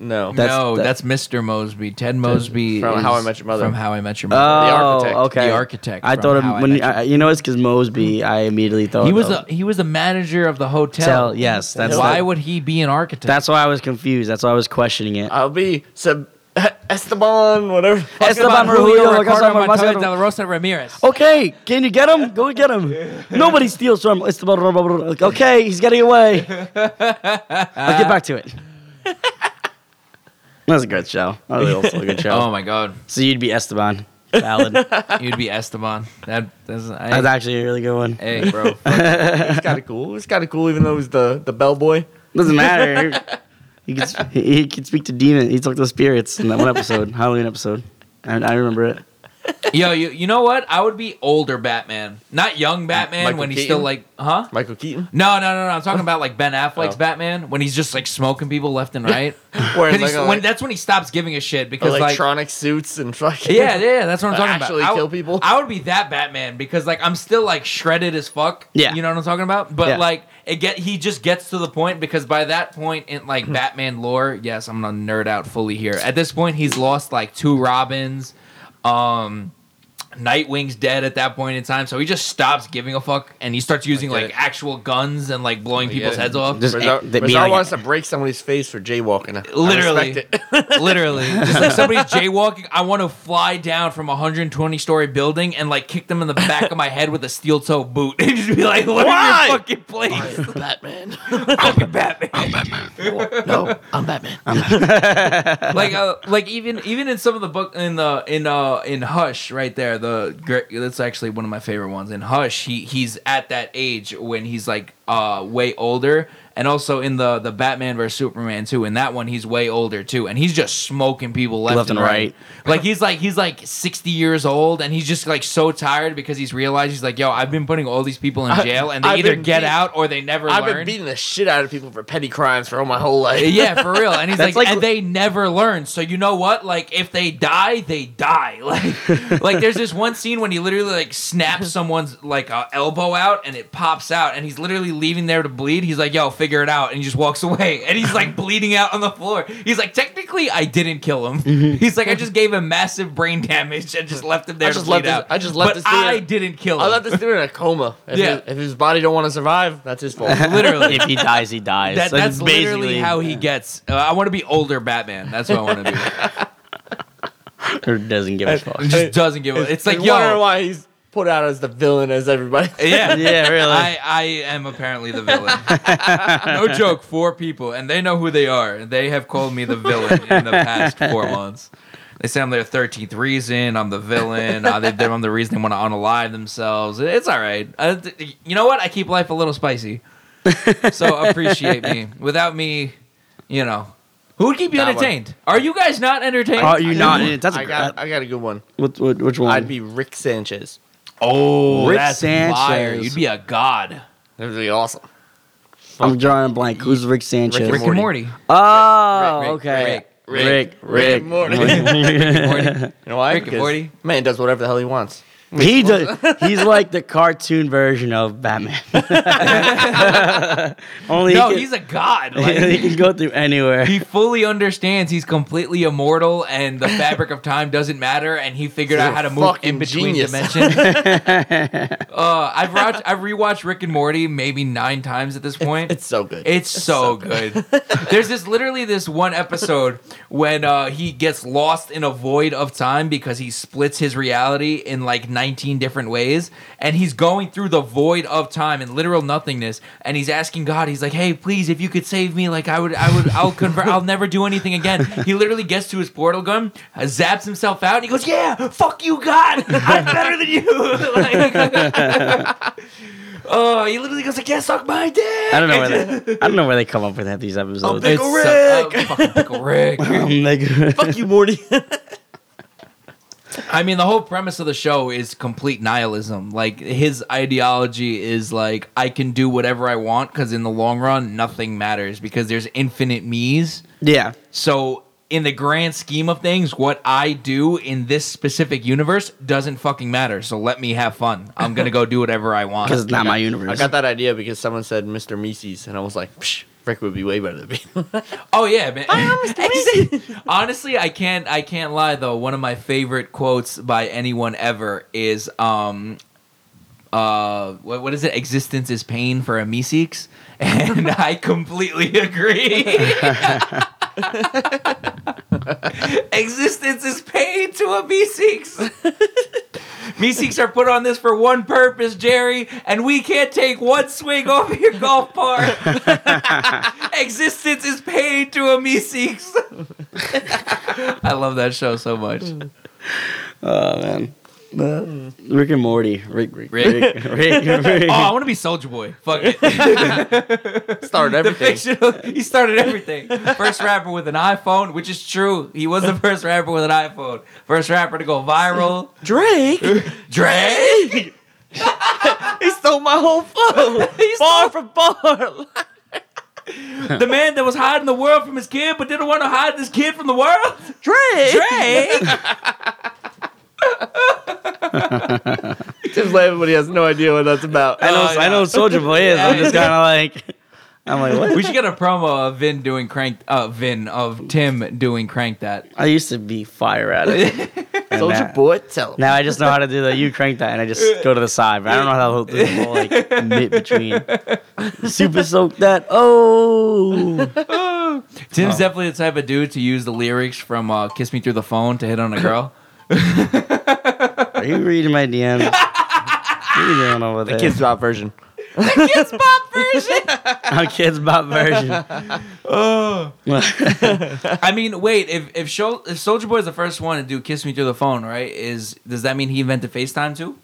S2: No.
S1: That's-
S3: no,
S1: that-
S3: that's Mr. Mosby. Ted Mosby
S2: from
S3: is
S2: How I Met Your Mother.
S3: From How I Met Your
S1: Oh,
S3: Uh, Mother.
S2: architect.
S1: okay.
S3: The architect
S1: I
S3: from
S1: thought
S3: How I
S1: of, when
S3: Met Your
S1: I, you know it's because Mosby. I immediately thought
S3: he was
S1: of
S3: a, he was the manager of the hotel.
S1: Tell- yes, that's
S3: why
S1: the-
S3: would he be an architect?
S1: That's why I was confused. That's why I was questioning
S3: Uh,
S1: it.
S2: I'll be sub Esteban, whatever.
S1: Esteban Rujillo, Ricardo Montiel.
S3: de la Rosa Ramirez.
S1: Okay, can you get him? Go get him. Nobody steals from Esteban. Like, Okay, he's getting away. I'll get back to it. That was a good show. That was also a good show.
S3: Oh my God,
S1: so you'd be Esteban. Valid.
S3: you'd be Esteban. That that's, I,
S1: That's actually a really good one.
S3: hey, bro.
S2: It's kind of cool. It's kind of cool, even though he's the the bellboy.
S1: Doesn't matter. he could sp- he could speak to demons. He talked to spirits in that one episode, Halloween episode. I, I remember it.
S3: Yo, you you know what? I would be older Batman, not young Batman
S2: Michael
S3: when he's
S2: Keaton?
S3: still like, huh?
S2: Michael Keaton.
S3: No, no, no, no. I'm talking about like Ben Affleck's
S2: Oh.
S3: Batman when he's just like smoking people left and right.
S2: Wearing like,
S3: 'Cause he's-
S2: a-
S3: when- that's when he stops giving a shit because like
S2: electronic suits and fucking.
S3: Yeah, yeah, that's what I'm talking
S2: Actually
S3: about. I would-
S2: kill people.
S3: I would be that Batman because like I'm still like shredded as fuck.
S1: Yeah.
S3: you know what I'm talking about. But
S1: Yeah.
S3: like it get he just gets to the point because by that point in
S2: Hmm.
S3: like Batman lore, yes, I'm gonna nerd out fully here. At this point, he's lost like two Robins. Um Nightwing's dead at that point in time, so he just stops giving a fuck and he starts using
S2: get
S3: like
S2: it.
S3: actual guns and like blowing
S2: I get
S3: people's
S2: it.
S3: heads off.
S1: Just-
S2: Rizal,
S1: That- that
S2: Rizal
S1: being-
S2: wants to break somebody's face for jaywalking. I- I
S3: Literally.
S2: respect it.
S3: Literally, just like somebody's jaywalking, I want to fly down from a 120 story building and like kick them in the back of my head with a steel toe boot and just be like, "Learn
S2: Why?
S3: your fucking place,
S2: Batman.
S3: fucking Batman."
S2: no, I'm Batman.
S3: like, uh, like even even in some of the book in the in uh in Hush right there, the gr- that's actually one of my favorite ones. In Hush, he he's at that age when he's like uh way older. And also in the the Batman versus Superman too, in that one he's way older too, and he's just smoking people left,
S1: Left
S3: and
S1: and
S3: right.
S1: right.
S3: Like he's like he's like sixty years old, and he's just like so tired because he's realized he's like, yo, I've been putting all these people in
S2: I-
S3: jail, and they
S2: I've
S3: either
S2: been
S3: get
S2: beat-
S3: out or they never
S2: I've been
S3: learn.
S2: beating the shit out of people for petty crimes for all my whole life.
S3: Uh, yeah, for real. And he's
S1: That's
S3: like,
S1: like-
S3: and they never learn. So you know what? Like, if they die, they die. Like, like there's this one scene when he literally like snaps someone's like uh, elbow out, and it pops out, and he's literally leaving there to bleed. He's like, yo, figure it out, and he just walks away, and he's like bleeding out on the floor. He's like, technically, I didn't kill him. He's like, I just gave him massive brain damage and just left him
S2: Mm-hmm. I
S3: there to
S2: just
S3: bleed
S2: left this-
S3: out.
S2: I just left
S3: but
S2: this dude-
S3: I didn't kill him.
S2: I left this dude in a coma. If
S3: Yeah.
S2: His, if his body don't want to survive, that's his fault.
S3: literally.
S1: If he dies, he dies.
S3: That,
S1: Like,
S3: that's literally
S1: basically-
S3: how he gets. Uh, I want to be older Batman. That's what I want to be.
S1: Or doesn't give a fuck.
S3: It just doesn't give a. It's like
S2: you wonder
S3: yo,
S2: why he's put out as the villain as everybody.
S3: yeah,
S1: Yeah, really.
S3: I, I am apparently the villain. no joke. Four people, and they know who they are. and They have called me the villain in the past four months. They say I'm their thirteenth reason. I'm the villain. I, they, I'm the reason they want to unalive themselves. It's all right. I, th- you know what? I keep life a little spicy, so appreciate me. Without me, you know, who would keep you
S2: That one.
S3: entertained? Are you guys not entertained?
S1: Are you not? That's a uh,
S2: I got, I got a good one.
S1: What, what, which one?
S2: I'd be Rick Sanchez.
S3: oh,
S1: Rick
S3: that's liar.
S1: Sanchez.
S3: You'd be a god.
S2: That would be awesome.
S1: I'm drawing a blank. Who's Rick Sanchez?
S2: Rick
S3: Rick
S2: and
S3: and
S2: Morty.
S3: Morty.
S1: oh,
S3: Rick, Rick,
S1: okay.
S2: Rick, Rick, Rick Morty.
S3: Morty.
S2: You know why?
S3: Rick and
S2: Because
S3: Morty.
S2: Man does whatever the hell he wants.
S1: He does, he's like the cartoon version of Batman. Only
S3: No,
S1: he can,
S3: he's a god.
S1: he
S3: Like,
S1: can go through anywhere.
S3: he fully understands he's completely immortal and the fabric of time doesn't matter, and he figured
S2: He's a
S3: out how to move
S2: fucking
S3: in between
S2: genius.
S3: dimensions. uh, I've watched, I've rewatched Rick and Morty maybe nine times at this point.
S2: It's so good.
S3: It's so good. There's this literally this one episode when uh, he gets lost in a void of time because he splits his reality in like 19 different ways, and he's going through the void of time and literal nothingness, and he's asking God, he's like, "Hey, please, if you could save me, like I would, I would, I'll convert, I'll never do anything again." He literally gets to his portal gun, uh, zaps himself out, and he goes, "Yeah, fuck you, God, I'm better than you." Like- Oh, he literally goes like, "Yeah, suck my dick."
S1: I don't know where
S3: And just-
S1: they, I don't know where they come up with that, these episodes.
S2: Pickle Rick.
S3: it's So, oh, fucking Pickle Rick.
S1: Um, like-
S2: Fuck you, Morty.
S3: I mean, the whole premise of the show is complete nihilism. Like his ideology is like, I can do whatever I want because in the long run, nothing matters because there's infinite me's.
S1: yeah.
S3: So. In the grand scheme of things, what I do in this specific universe doesn't fucking matter. So let me have fun. I'm gonna go do whatever I want.
S1: Because it's not my universe.
S2: I got that idea because someone said Mr. Mises, and I was like, Psh, Rick would be way better than me.
S3: Oh yeah, man. Exa- Honestly, I can't. I can't lie though. One of my favorite quotes by anyone ever is, um, uh, what, what is it? Existence is pain for a meeseeks, and I completely agree. Existence is pain to a meeseeks. meeseeks are put on this for one purpose, Jerry, and we can't take one swing off your golf part. Existence is paid to a meeseeks. I love that show so much.
S1: Oh man. Uh, Rick and Morty. Rick. Rick.
S3: Rick.
S1: Rick. Rick, Rick.
S3: Oh, I want to be Soldier Boy. Fuck it.
S2: Start
S3: The
S2: everything.
S3: fictional, he started everything. First rapper with an iPhone, which is true. He was the first rapper with an iPhone. First rapper to go viral.
S2: Drake,
S3: Dre.
S2: he stole my whole flow, bar for bar.
S3: The man that was hiding the world from his kid, but didn't want to hide this kid from the world.
S2: Drake,
S3: Dre.
S2: Tim's laughing, but he has no idea what that's about.
S1: I know.
S3: Oh,
S1: I know.
S3: yeah.
S1: Soldier Boy is. I'm just kind of like. I'm like, what?
S3: we should get a promo of Vin doing crank. Uh, Vin of Tim doing crank that.
S1: I used to be fire at it. And
S2: Soldier
S1: now-
S2: boy, tell him.
S1: Now I just know how to do that. You crank that, and I just go to the side. But I don't know how to do the whole like mid between. Super soak that. Oh,
S3: Tim's definitely the type of dude to use the lyrics from uh, "Kiss Me Through the Phone" to hit on a girl.
S1: are you reading my DMs? What are you doing over there?
S2: Kids Bop version.
S3: Kids Bop version.
S1: I'm kids bop version.
S3: oh. I mean, wait. If if, Shol- if Soldier Boy is the first one to do "Kiss Me Through the Phone," right? Is does that mean he invented FaceTime too?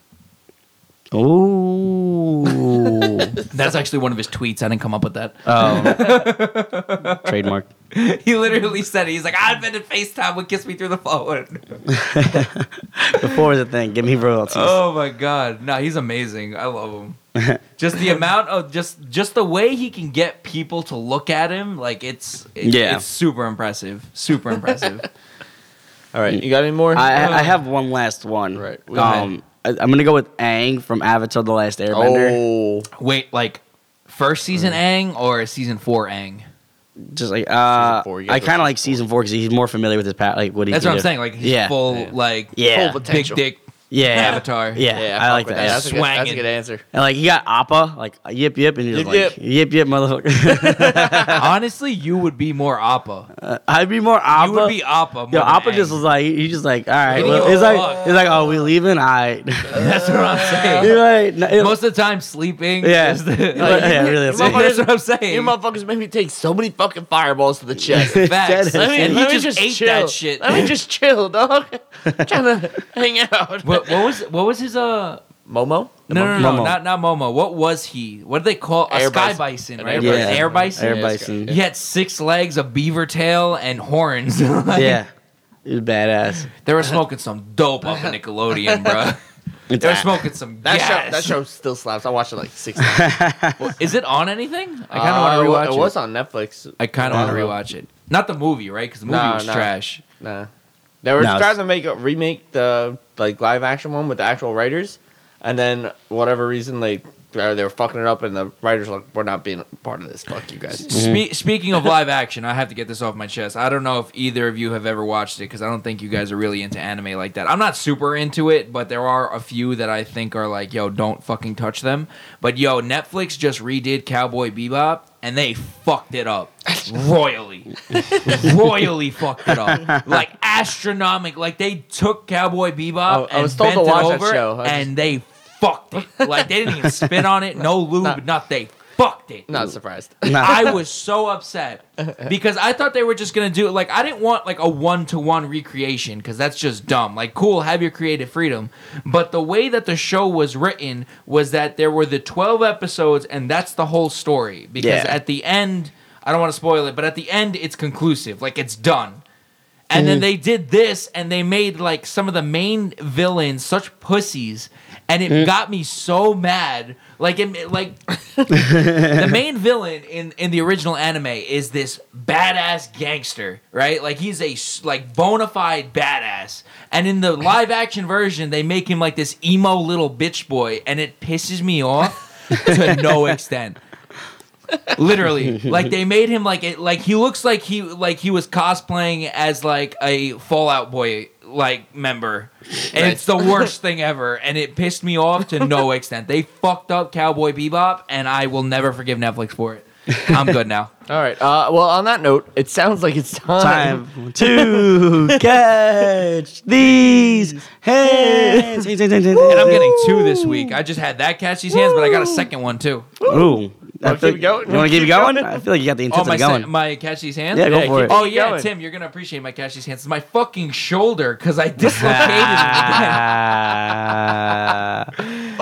S1: oh,
S3: That's actually one of his tweets. I didn't come up with that.
S1: oh, trademark.
S3: He literally said it. He's like, "I invented FaceTime with Kiss Me Through the Phone."
S1: Before was a thing. Give me royalties.
S3: Oh my god. No, he's amazing. I love him. just the amount of just just the way he can get people to look at him, like it's it-
S1: Yeah.
S3: it's super impressive. Super impressive.
S2: All right, you got any more?
S1: I, I have one last one.
S2: Right.
S1: Um, I, I'm gonna go with Aang from Avatar: The Last Airbender.
S2: oh,
S3: Wait, like first season Ang or season 4 Ang?
S1: Just like uh,
S2: Season four, you
S1: I
S2: gotta go
S1: kind of like season four because he's more familiar with his pat. Like what he.
S3: That's
S1: can
S3: what I'm
S1: do.
S3: saying. Like he's
S1: yeah,
S3: full
S2: Yeah.
S3: like
S1: yeah,
S2: full
S3: big
S2: potential.
S3: dick
S1: yeah,
S3: avatar.
S1: Yeah, I
S2: fuck
S1: like
S2: with
S1: that.
S2: That's a, good, that's a
S3: Swangin'.
S2: good answer.
S1: And like he got Appa, like yip yip, and he's
S2: Yip,
S1: like yip yip, motherfucker.
S3: Honestly, you would be more Appa.
S1: Uh, I'd be more Appa.
S3: You would be Appa more
S1: Yo,
S3: than
S1: Appa
S3: Aang.
S1: just was like he just like all right.
S3: Yo,
S1: Well, it's like
S3: fuck.
S1: it's like oh we leaving. I
S3: That's what I'm saying.
S1: you're right. No, it-
S3: Most of the time sleeping.
S1: Yeah.
S3: just- like,
S1: But, yeah, really, that's it.
S3: that's what I'm saying.
S2: You motherfuckers made me take so many fucking fireballs to the chest.
S3: Facts.
S1: Dead
S2: Let me,
S1: ass.
S3: And he
S2: let me
S3: just
S2: just,
S3: ate
S2: chill.
S3: that shit.
S2: Let me just chill, dog. I'm trying to hang out.
S3: what, what was what was his uh
S2: Momo? The
S3: no no,
S2: monkey?
S3: no,
S1: Momo.
S3: no not not Momo what was he what did they call a
S2: Air
S3: sky
S2: bison.
S3: bison
S2: An
S3: right
S2: air
S1: bison. Air
S2: Yeah,
S3: air bison
S2: it's
S1: Bison.
S2: good.
S3: he had six legs a beaver tail and horns Like,
S1: yeah, it was badass.
S3: they were smoking some dope up in Nickelodeon bro
S1: It's
S3: they were
S1: a-
S3: smoking some
S2: That
S3: gas
S2: show that show still slaps. I watched it like six times.
S3: is it on anything I kind
S2: Uh,
S3: of want to rewatch
S2: It
S3: it,
S2: was on Netflix.
S3: I kind of want to
S2: No.
S3: rewatch it not the movie right because the movie
S2: No,
S3: was
S2: no.
S3: trash
S2: Nah. They were
S1: No, it's-
S2: trying to make a remake the like live action one with the actual writers, and then whatever reason they they were fucking it up, and the writers were like we're not being a part of this. Fuck you guys.
S3: Spe- speaking of live action, I have to get this off my chest. I don't know if either of you have ever watched it because I don't think you guys are really into anime like that. I'm not super into it, but there are a few that I think are like, yo, don't fucking touch them. But yo, Netflix just redid Cowboy Bebop and they fucked it up royally. royally fucked it up. Like astronomic. Like they took Cowboy Bebop
S2: I- Oh, I
S3: and
S2: was told to
S3: bent
S2: watch
S3: it
S2: that
S3: over
S2: show. I
S3: and they fucked it. Like they didn't even spit on it, no lube,
S2: Not-
S3: nothing. Fucked it.
S2: Not surprised.
S1: nah.
S3: I was so upset because I thought they were just gonna do like I didn't want like a one to one recreation because that's just dumb. Like, cool, have your creative freedom, but the way that the show was written was that there were the twelve episodes and that's the whole story. Because
S1: Yeah.
S3: at the end, I don't want to spoil it, but at the end, it's conclusive. Like, it's done. And then they did this and they made like some of the main villains such pussies and it got me so mad. Like it like the main villain in in the original anime is this badass gangster, right? Like he's a s- like bona fide badass. And in the live action version, they make him like this emo little bitch boy and it pisses me off to no extent. Literally, like they made him like it, like he looks like he like he was cosplaying as like a Fallout Boy like member, and it's the worst thing ever, and it pissed me off to no extent. They fucked up Cowboy Bebop, and I will never forgive Netflix for it. I'm good now.
S2: All right. Uh, well, on that note, it sounds like it's time.
S1: Time to catch these hands.
S3: And I'm getting two this week. I just had that catch these hands, but I got a second one too.
S1: Ooh. I
S2: keep
S1: think-
S2: it going?
S1: You want to keep it
S2: Keep
S1: going?
S2: going?
S1: I feel like you got the
S3: Oh,
S1: intensity
S3: my,
S1: going.
S3: se- my catch these hands?
S1: yeah, go
S2: Yeah,
S1: for
S2: keep-
S1: it.
S3: Oh yeah,
S2: going.
S3: Tim, you're gonna appreciate my catch these hands. My fucking shoulder because I dislocated it
S1: Ah.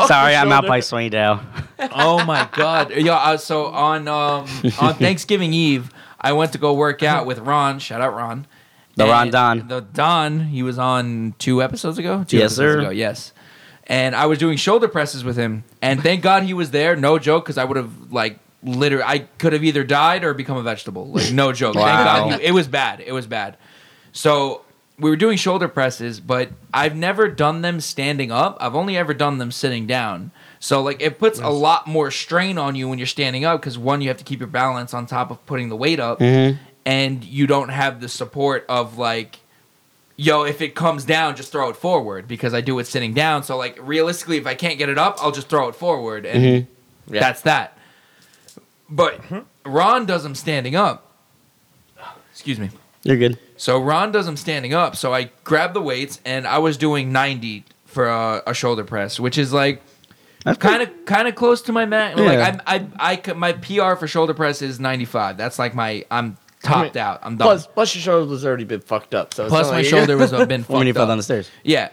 S1: sorry, I'm out
S2: shoulder.
S1: by Swaydale.
S3: again. Oh my god, yeah. Uh, so on um, on Thanksgiving Eve, I went to go work out with Ron. Shout out Ron.
S1: Uh-huh. The Ron
S3: And
S1: Don.
S3: The Don. He was on two episodes ago. Two
S1: Yes,
S3: episodes
S1: sir.
S3: Ago, yes. And I was doing shoulder presses with him, and thank God he was there. No joke, because I would have like literally, I could have either died or become a vegetable. Like no joke.
S1: Wow.
S3: Thank God he, it was bad. It was bad. So we were doing shoulder presses, but I've never done them standing up. I've only ever done them sitting down. So like it puts a lot more strain on you when you're standing up because one, you have to keep your balance on top of putting the weight up,
S1: Mm-hmm.
S3: and you don't have the support of like. Yo, if it comes down, just throw it forward because I do it sitting down. So, like, realistically, if I can't get it up, I'll just throw it forward. And
S2: Yeah.
S3: that's that. But Ron does them standing up. Excuse me.
S1: You're good.
S3: So Ron does them standing up. So I grabbed the weights and I was doing 90 for a, a shoulder press, which is like
S1: That's
S3: kind of kind of close to my max. Like
S1: Yeah.
S3: I, I, I, c- my PR for shoulder press is 95. That's like my I'm topped out. I'm done.
S2: Plus, plus your shoulder was already been fucked up. So it's
S3: Plus
S2: not
S3: my
S2: like-
S3: shoulder was uh, been
S1: when you
S3: fucked
S1: fell down the
S3: up.
S1: stairs.
S3: Yeah.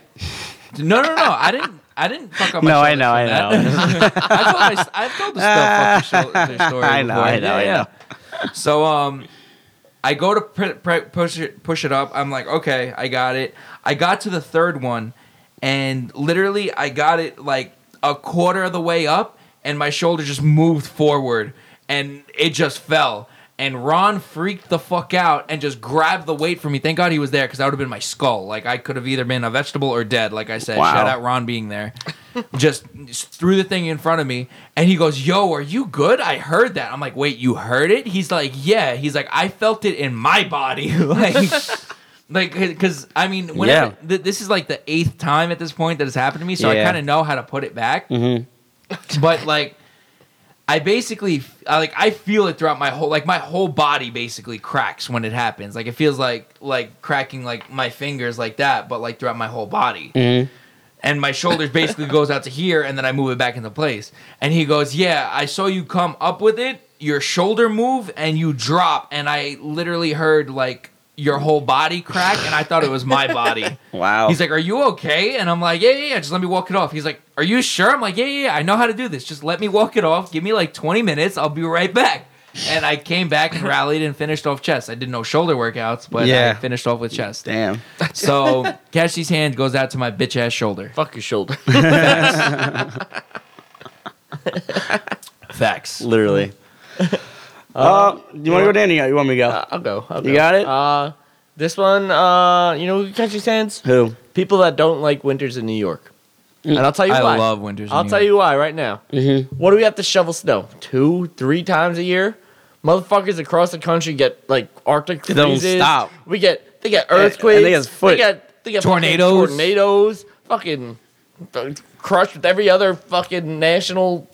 S3: No, no, no. I didn't. I didn't fuck up my
S1: No, I
S3: shoulder
S1: know,
S3: from
S1: I
S3: that.
S1: know.
S3: I've told, my, I've told the stuff off the shoulder story.
S1: I know,
S3: before.
S1: I know, I
S3: yeah. So um, I go to pre- pre- push it, push it up. I'm like, okay, I got it. I got to the third one, and literally, I got it like a quarter of the way up, and my shoulder just moved forward, and it just fell. And Ron freaked the fuck out and just grabbed the weight from me. Thank God he was there because that would have been my skull. Like I could have either been a vegetable or dead. Like I said,
S1: Wow.
S3: shout out Ron being there. just threw the thing in front of me and he goes, Yo, are you good? I heard that. I'm like, Wait, you heard it? He's like, Yeah. He's like, I felt it in my body. like, like, because I mean, whenever,
S1: Yeah.
S3: th- this is like the eighth time at this point that has happened to me. So I
S1: Yeah.
S3: kind of know how to put it back. But like, I basically I, like I feel it throughout my whole like my whole body basically cracks when it happens. Like it feels like like cracking like my fingers like that, but like throughout my whole body. And my shoulders basically goes out to here, and then I move it back into place. And he goes, "Yeah, I saw you come up with it. Your shoulder move, and you drop." And I literally heard like your whole body crack, and I thought it was my body.
S1: Wow.
S3: He's like, "Are you okay?" And I'm like, "Yeah, yeah, yeah. Just let me walk it off." He's like, "Are you sure?" I'm like, "Yeah, yeah, yeah. I know how to do this. Just let me walk it off. Give me like 20 minutes. I'll be right back." And I came back and rallied and finished off chest. I did no shoulder workouts, but
S1: Yeah.
S3: I finished off with chest.
S1: damn.
S3: So Cashy's hand goes out to my bitch ass shoulder.
S2: Fuck your shoulder.
S3: Facts.
S1: Literally. Uh, you want to go, Dan? or You, you want me to go?
S2: Uh, I'll go. I'll
S1: You
S2: go.
S1: got it?
S2: Uh, this one, uh, you know, who catch your hands.
S1: Who?
S2: People that don't like winters in New York. And I'll tell you
S3: I
S2: why.
S3: love winters. in
S2: I'll
S3: New
S2: tell
S3: York.
S2: you why right now.
S1: Mm-hmm.
S2: What do we have to shovel snow? Two, three times a year? Motherfuckers across the country get like Arctic
S1: They don't
S2: freezes.
S1: stop.
S2: We get they get
S1: and
S2: earthquakes.
S1: they get foot-
S2: get they get fucking
S3: Tornadoes.
S2: Tornadoes. Fucking uh, crushed with every other fucking national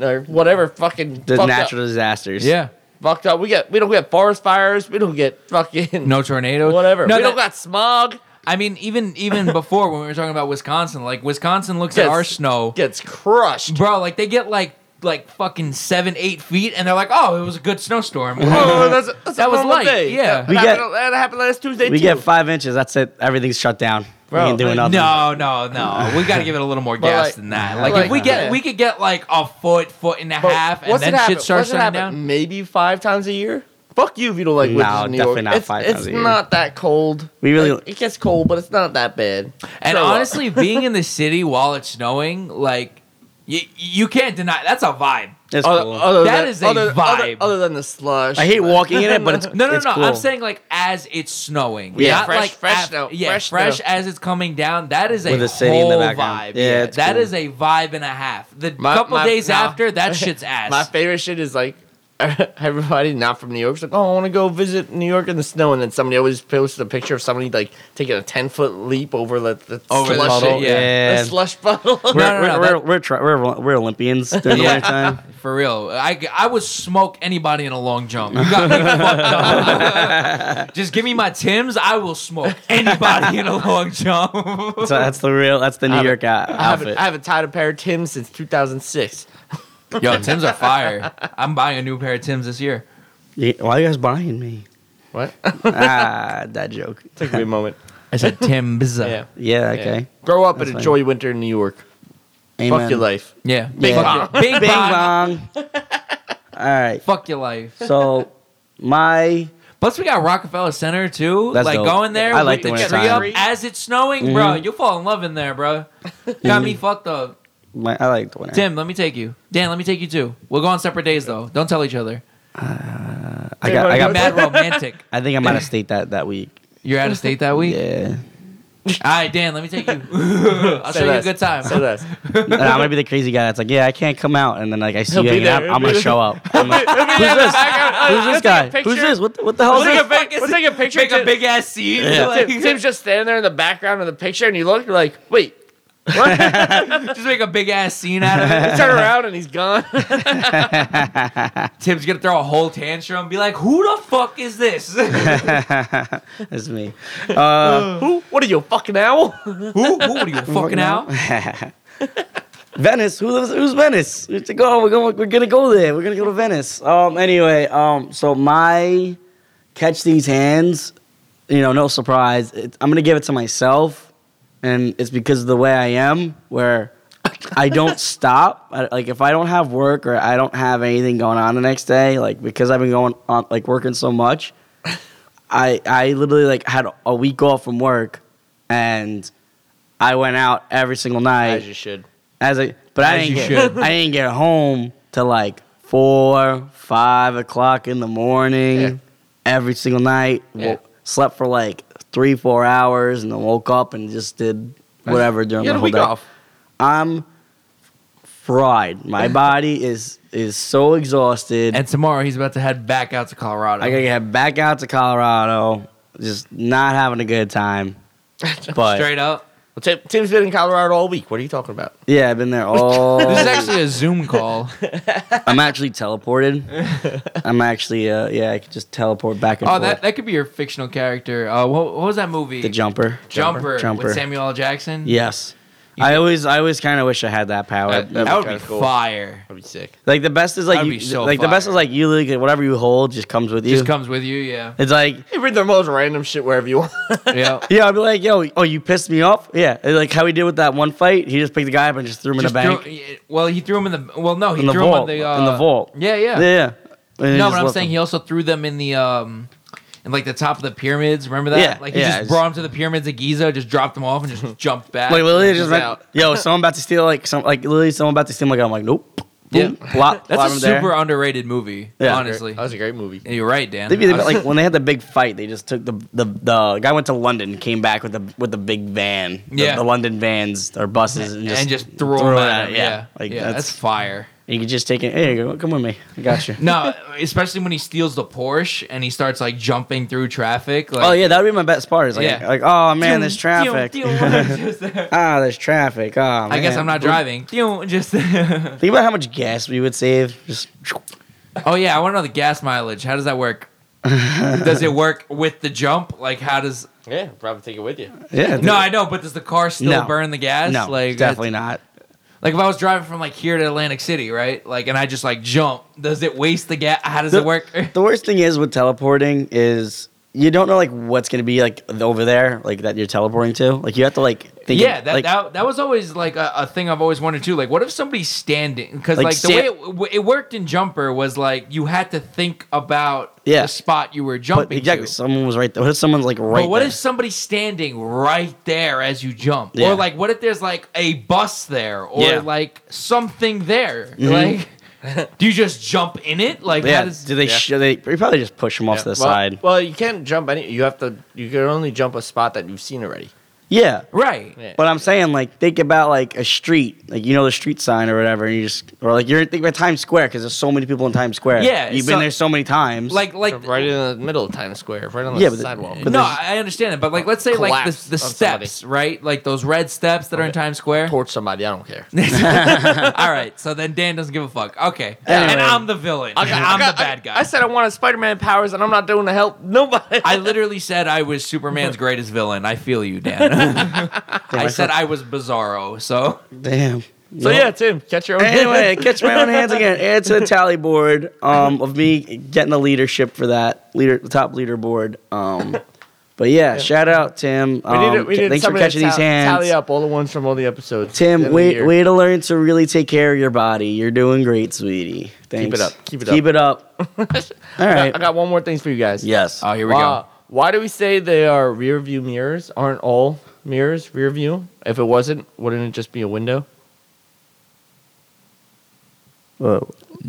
S2: or whatever fucking
S1: The
S2: fucked
S1: natural
S2: up,
S1: disasters.
S3: Yeah.
S2: fucked up. We get we don't get forest fires. We don't get fucking
S3: No tornado.
S2: whatever.
S3: No,
S2: we
S3: that-
S2: don't got smog.
S3: I mean, even even before when we were talking about Wisconsin, like Wisconsin looks at
S2: Yes.
S3: our snow.
S2: Gets crushed.
S3: bro like they get like like fucking seven eight feet and they're like oh it was a good snowstorm
S2: Oh, that's, that's
S3: That
S2: a
S3: was
S2: normal
S3: light,
S2: day.
S3: yeah.
S2: that,
S1: We get-
S2: happened, that happened last Tuesday.
S1: We
S2: too.
S1: get five inches. That's it. Everything's shut down.
S2: Bro,
S1: we ain't doing
S3: uh,
S2: I-
S1: nothing.
S3: no no no we gotta give it a little more gas
S2: like-
S3: than that like,
S2: like-
S3: if we get
S2: yeah.
S3: we could get like a foot foot and a
S2: But
S3: half and
S2: once
S3: then
S2: it happen-
S3: shit starts
S2: once it
S3: shutting
S2: happen,
S3: down
S2: Maybe five times a year. Fuck you if you don't like
S1: No,
S2: winters in New
S1: definitely
S2: York.
S1: not
S2: it's,
S1: five
S2: it's
S1: times a year.
S2: not that cold.
S1: We really-
S2: Like, it gets cold, but it's not that bad.
S3: and
S2: Grow up.
S3: honestly being in the city while it's snowing like you, you can't deny that's a vibe
S1: It's
S2: other,
S1: cool.
S2: other
S3: That
S2: than,
S3: is a
S2: other,
S3: vibe.
S2: Other, other than the slush,
S1: I hate walking in it, but it's
S3: no no
S1: it's
S3: no
S1: Cool.
S3: i'm saying like as it's snowing
S1: Yeah.
S3: not
S2: Fresh-
S3: like
S2: fresh
S3: af-
S2: snow,
S3: yeah
S2: fresh
S3: fresh,
S2: snow.
S3: as it's coming down that is a
S1: With the
S3: whole
S1: city in the background.
S3: vibe
S1: Yeah,
S3: yeah,
S1: it's
S3: that
S1: cool.
S3: is a vibe and a half the
S2: My-
S3: couple
S2: my-
S3: days
S2: no.
S3: after that shit's ass
S2: my favorite shit is like everybody not from New York's like, oh, I want to go visit New York in the snow, and then somebody always posts a picture of somebody like taking a ten foot leap over the, the
S3: Over the
S2: slush,
S3: puddle,
S1: yeah.
S2: the slush puddle.
S1: We're,
S3: No, no,
S1: we're,
S3: no, that-
S1: we're, we're, try, we're, we're Olympians during the
S3: Yeah.
S1: wintertime.
S3: For real, I, I would smoke anybody in a long jump. You got me fucked up. Just give me my Tim's. I will smoke anybody in a long jump.
S1: So uh, that's the real. That's the New
S2: haven't-
S1: York uh,
S2: I haven't,
S1: outfit.
S2: I haven't tied a pair of Tim's since 2006.
S3: Yo, Tim's are fire. I'm buying a new pair of Tim's this year.
S1: Yeah, Why are you guys buying me?
S2: What?
S1: ah, that joke.
S2: Took me a moment.
S3: I said Tim's.
S2: Yeah.
S3: Yeah.
S1: Yeah.
S2: Yeah.
S1: Okay.
S2: Grow up
S1: That's
S2: and
S1: fine.
S2: enjoy winter in New York.
S1: Amen.
S2: Fuck your life.
S3: Yeah.
S1: Bing
S3: Fuck
S2: bong.
S3: your- Bing
S1: Bing
S3: bong.
S1: bong. All right.
S3: Fuck your life.
S1: So my
S3: Plus, we got Rockefeller Center too.
S1: That's
S3: like
S1: dope.
S3: going there.
S1: I like
S3: with
S1: the Mm-hmm.
S3: the
S1: winter
S3: tree up
S2: time.
S3: as it's snowing, bro. You'll fall in love in there, bro.
S1: Mm-hmm.
S3: Got me fucked up.
S1: my I like the winter.
S3: Tim, let me take you. Dan, let me take you too. We'll go on separate days though. Don't tell each other.
S1: I got. I
S2: Everybody
S1: got.
S3: Mad romantic.
S1: I think I'm out of state that that week.
S3: You're out of state that week.
S1: Yeah.
S3: All right, Dan, let me take you. I'll
S2: Say
S3: show you a
S2: less.
S3: good time.
S2: Say less.
S1: And I'm gonna be the crazy guy that's like, yeah, I can't come out, and then like I see
S2: He'll
S1: you
S2: be
S1: hanging
S2: there.
S1: out,
S2: He'll
S1: I'm
S2: be
S1: gonna
S2: there.
S1: show up. I'm like, who's this? Who's this guy? Who's this? What the, what the hell
S2: We'll
S1: is
S2: take
S1: this?
S2: a, pic- we'll take a picture.
S3: Make a
S2: Tim-
S3: big ass scene. Like,
S2: Tim- Tim's just standing there in the background of the picture, and you look, you're like, wait, what?
S3: just make a big ass scene out of it.
S2: You turn around and he's gone.
S3: Tim's gonna throw a whole tantrum, be like, "Who the fuck is this? who?
S1: It's me. Uh,
S2: Who? What are you, a fucking owl?
S3: Who are you fucking out?"
S1: Venice. Who lives? Who's Venice? We have to go. We're going. We're gonna go there. We're gonna go to Venice. Um. Anyway. Um. So my catch these hands. You know, no surprise. It, I'm gonna give it to myself, and it's because of the way I am, where I don't stop. I, like if I don't have work or I don't have anything going on the next day, like because I've been going on like working so much, I I literally like had a week off from work, and I went out every single night.
S2: As you should.
S1: As a but I
S3: As
S1: didn't
S3: you
S1: get
S3: should.
S1: I didn't get home till like four, five o'clock in the morning
S2: Yeah.
S1: every single night.
S2: Yeah.
S1: Wo- slept for like three, four hours and then woke up and just did whatever during
S2: You had
S1: the
S2: a
S1: whole
S2: week
S1: day.
S2: off.
S1: I'm fried. My body is is so exhausted.
S3: And tomorrow he's about to head back out to Colorado.
S1: I gotta get back out to Colorado. Just not having a good time. But
S3: Straight up.
S2: Well, Tim, Tim's been in Colorado all week. What are you talking about?
S1: yeah, I've been there all
S3: This is actually a Zoom call.
S1: I'm actually teleported. I'm actually, uh, yeah, I could just teleport back and
S3: Oh,
S1: forth.
S3: that, that could be your fictional character. Uh, what, what was that movie?
S1: the jumper.
S3: Jumper,
S1: Jumper.
S3: with Samuel L. Jackson.
S1: Yes.
S3: You
S1: I always, I always kind of wish I had that power.
S3: that, that
S2: That'd be
S3: would be
S2: kinda cool.
S3: fire.
S2: That'd be sick.
S1: like the best is like
S3: that'd
S1: you,
S3: be so
S1: like the best
S3: fire.
S1: is like you, like, whatever you hold just comes with you.
S3: Just comes with you, yeah.
S1: it's like,
S2: You read the most random shit wherever you want.
S3: yeah.
S1: yeah, I'd be like, yo, oh, you pissed me off. Yeah, And, like how he did with that one fight. He just picked the guy up and just threw him
S3: Just
S1: in the bank.
S3: threw- yeah, well, he threw him in the. Well, no, he
S1: In the
S3: threw
S1: vault,
S3: him in the. Uh,
S1: in the vault.
S3: Yeah, yeah.
S1: yeah. yeah. And he
S3: no,
S1: just
S3: but I'm
S1: left
S3: saying
S1: him.
S3: he also threw them in the. um in like the top of the pyramids, remember that?
S1: Yeah,
S3: like he
S1: yeah,
S3: just
S1: it's-
S3: brought him to the pyramids of Giza, just dropped them off, and just jumped back.
S1: Like literally just
S2: Just
S1: like,
S2: out.
S1: yo, someone about to steal like some like literally someone about to steal my gun. I'm like, nope. Boom,
S3: Yeah.
S1: plop,
S3: That's
S1: plop
S3: a
S1: him
S3: super
S1: there.
S3: underrated movie,
S1: Yeah.
S3: honestly.
S2: that was a great movie.
S3: Yeah, You're right, Dan.
S1: They be, they
S3: I
S1: be-
S3: was-
S1: like when they had the big fight, they just took the the, the guy went to London, and came back with the with the big van, the,
S3: Yeah.
S1: the London vans or buses, and just,
S3: and just threw,
S1: it
S3: them at him. Yeah,
S1: like
S3: yeah, that's,
S1: that's,
S3: fire.
S1: you could just take it. Hey, go- come with me, I got you.
S3: No, especially when he steals the Porsche and he starts like jumping through traffic. Like,
S1: oh yeah, that would be my best part. Is like,
S3: Yeah.
S1: like oh man,
S3: "Doo,
S1: there's traffic.
S3: doo, doo," just there.
S1: ah, there's traffic. Oh, man.
S3: I guess I'm not driving. Doo, Just oh
S1: Think about how much gas we would save. Just
S3: yeah, I want to know the gas mileage. How does that work? does it work with the jump? Like how does?
S2: Yeah, probably take it with you.
S1: yeah.
S3: No, I know, but does the car still
S1: No.
S3: burn the gas?
S1: no,
S3: like
S1: definitely not.
S3: Like if I was driving from like here to Atlantic City, right? Like and I just like jump. Does it waste the gas? How does it work?
S1: The worst thing is with teleporting is you don't know like what's gonna be like over there, like that you're teleporting to. Like you have to like think.
S3: yeah,
S1: of,
S3: that,
S1: like,
S3: that that was always like a, a thing I've always wondered too. Like, what if somebody's standing? Because like,
S1: Like,
S3: the
S1: sta-
S3: way it, w- it worked in Jumper was like you had to think about
S1: Yeah.
S3: the spot you were jumping.
S1: But exactly,
S3: To.
S1: someone was right there. What if someone's like right?
S3: but what
S1: there?
S3: if somebody's standing right there as you jump?
S1: Yeah.
S3: Or like, what if there's like a bus there or
S1: Yeah. Mm-hmm.
S3: like something there? Like, do you just jump in it? Like,
S1: Yeah,
S3: how does,
S1: do they?
S2: yeah.
S1: Sh- they they probably just push them off to the
S2: well,
S1: side.
S2: Well, you can't jump any. You have to. You can only jump a spot that you've seen already.
S1: Yeah.
S3: Right.
S2: Yeah.
S1: But I'm saying, like, think about like a street, like you know the street sign or whatever, and you just or like you're think about Times Square because there's so many people in Times Square.
S3: Yeah,
S1: you've
S3: so-
S1: been there so many times.
S3: Like like
S2: right in the middle of Times Square, right on the
S1: Yeah, but the-
S2: sidewalk.
S1: but
S3: no,
S1: there's-
S3: I understand it, but like, let's say like the,
S2: Collapse
S3: the
S2: on somebody.
S3: steps, right? Like those red steps that are in
S2: Okay.
S3: Times Square.
S2: torch somebody. I don't care.
S3: All right, so then Dan doesn't give a fuck. Okay, and
S1: Anyway.
S3: I'm the villain. I'm the bad guy.
S2: I, said I wanted Spider-Man powers, and I'm not doing to help nobody.
S3: I literally said I was Superman's greatest villain. I feel you, Dan. I said I was Bizarro. So
S1: damn.
S2: so yeah, Tim, catch your own.
S1: Anyway, catch my own hands again. Add to the tally board um, of me getting the leadership for that leader, the top leaderboard. Um, but yeah, shout out Tim.
S2: we
S1: Um,
S2: need, to- we need
S1: thanks for
S2: somebody to
S1: catching these
S2: ta- Tally
S1: hands.
S2: up all the ones from all the episodes. End of
S1: Tim,
S2: the
S1: way,
S2: year.
S1: way to learn to really take care of your body. You're doing great, sweetie. Thanks.
S2: it up. Keep it
S1: Keep it up. All
S2: I got-
S1: right.
S2: I got one more thing for you guys.
S1: yes.
S3: oh, here we
S2: Why-
S3: go.
S2: Why do we say they are rear view mirrors? Aren't all mirrors rear view? If it wasn't, wouldn't it just be a window?
S1: Whoa.
S3: Uh,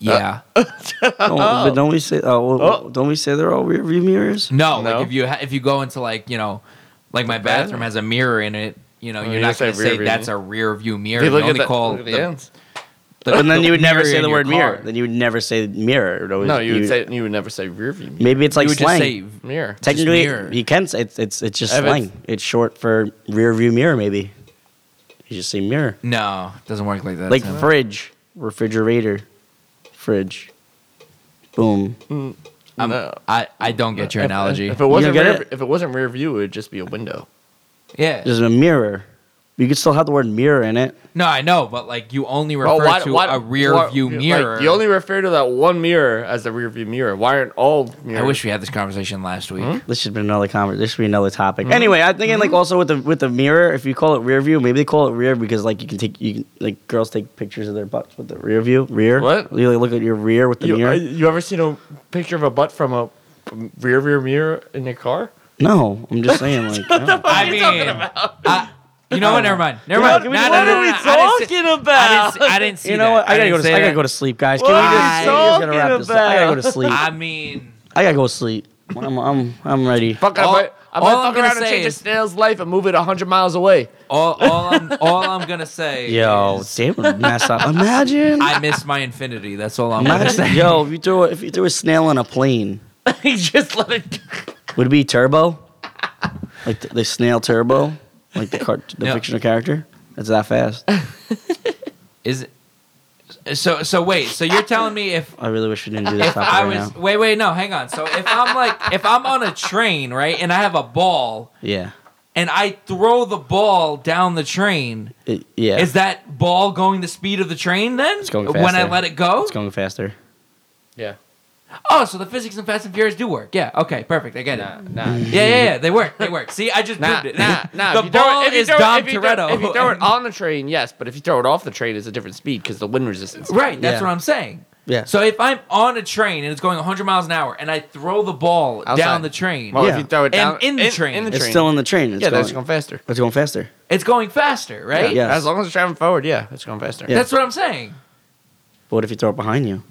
S3: Yeah.
S1: Don't, But don't we say? Oh, well,
S2: Oh.
S1: don't we say they're all rear view mirrors?
S3: No,
S2: No?
S3: like if you ha- if you go into like you know, like my bathroom has a mirror in it. You know,
S2: Oh,
S3: you're
S2: you
S3: not
S2: just say
S3: gonna say,
S2: rear view.
S3: that's a rear view mirror.
S2: If you
S3: You,
S2: look at
S3: only
S2: the-
S3: call
S2: look at the
S3: the-
S2: ends.
S3: the-
S1: But then you would never
S3: mirror
S1: say
S3: in
S1: the
S3: your
S1: word mirror.
S3: car.
S1: Then you would never say mirror. It Oh, would always-
S2: No, you would say you would never say rear view mirror.
S1: Maybe it's like
S3: you would
S1: slang.
S3: just say
S2: mirror.
S1: Technically,
S3: mirror.
S1: you can say it's it's, it's just
S2: If
S1: slang.
S2: it's-
S1: It's, short for rear view mirror, maybe. You just say mirror,
S3: no. it Doesn't work like that.
S1: like
S3: Tim.
S1: fridge, refrigerator, fridge. Boom.
S3: I'm-
S2: No.
S3: I I don't get Um, your
S2: If-
S3: analogy.
S2: If it wasn't
S1: get
S2: rear,
S1: it?
S2: if it wasn't rear view, it would just be a window.
S3: yeah.
S1: There's a mirror. You could still have the word mirror in it.
S3: No, I know, but like you only refer to a rear
S2: why-
S3: view
S2: like,
S3: mirror.
S2: you only refer to that one mirror as the rear view mirror. Why aren't all mirrors?
S3: I wish we had this conversation last week.
S2: Hmm?
S1: This should be another conversation. This should be another topic.
S2: Mm-hmm.
S1: Anyway, I'm thinking like also with the with the mirror. If you call it rear view, maybe they call it rear because like you can take you can, like girls take pictures of their butts with the rear view. Rear.
S2: What?
S1: You like, look at your rear with the
S2: you,
S1: mirror.
S2: uh, you ever seen a picture of a butt from a rear view mirror in your car?
S1: no, I'm just saying like. no.
S3: I mean, I- you know what? Never mind. Never
S1: What-
S3: mind. No, no,
S1: what
S3: no,
S1: are
S3: no,
S1: we
S3: no. I didn't see- I
S2: about?
S3: didn't see, I didn't see
S1: You know what?
S3: that.
S1: I gotta
S3: didn't
S1: go to
S3: say
S1: I gotta
S3: that.
S1: go to sleep, guys. Can
S2: What
S1: we
S2: are
S1: just, can
S2: you
S1: we just gotta wrap
S2: talking
S1: this up? I gotta go to
S2: about?
S1: sleep.
S3: I mean,
S1: I gotta go to sleep. I'm I'm I'm ready.
S2: Fuck,
S3: All-
S2: I might, I
S3: all I'm
S2: might fuck
S3: gonna
S2: around and
S3: say
S2: change
S3: is-
S2: a snail's life and move it hundred miles away.
S3: all all I'm, all I'm gonna say.
S1: Yo,
S3: is
S1: damn, would mess up. Imagine,
S3: I miss my infinity. That's all I'm gonna
S1: imagine
S3: say.
S1: yo, if you threw a, if you threw a snail on a plane,
S2: He just let it.
S1: would it be turbo? Like the, the snail turbo, like the cart, the
S3: Yeah.
S1: fictional character. It's that fast.
S3: Is it- so so. Wait. So you're telling me if
S1: I really wish we didn't do this
S3: if
S1: topic
S3: I
S1: right
S3: was
S1: now.
S3: wait wait no hang on. So if I'm like if I'm on a train right and I have a ball
S1: Yeah,
S3: and I throw the ball down the train.
S1: It- yeah.
S3: Is that ball going the speed of the train then?
S1: It's going
S3: When I
S1: faster.
S3: let it go?
S1: it's going faster.
S2: Yeah.
S3: Oh, so the physics in Fast and Furious do work. Yeah, okay, perfect. I get
S2: Nah,
S3: it.
S2: nah.
S3: Yeah, yeah, yeah. They work. They work. See, I just
S2: Nah,
S3: proved it.
S2: nah, nah.
S3: The
S2: if you throw
S3: ball
S2: it- if you
S3: is
S2: throw it-
S3: Dom
S2: if you throw-
S3: Toretto.
S2: If you throw it on the train, yes, but if you throw it off the train, it's a different speed because the wind resistance.
S3: right,
S1: Yeah.
S3: that's what I'm saying.
S1: Yeah.
S3: So if I'm on a train and it's going 100 miles an hour and I throw the ball
S2: Outside.
S3: down the train,
S2: Well,
S1: Yeah.
S2: if you throw it down
S3: And in the train.
S2: in the
S1: it's
S2: train.
S1: still in the train. It's
S2: yeah,
S1: going,
S2: that's going faster.
S1: it's going faster.
S3: it's going faster, right?
S1: Yeah. Yes.
S2: As long as it's traveling forward, yeah, it's going faster.
S1: Yeah.
S3: That's what I'm saying.
S1: But what if you throw it behind you?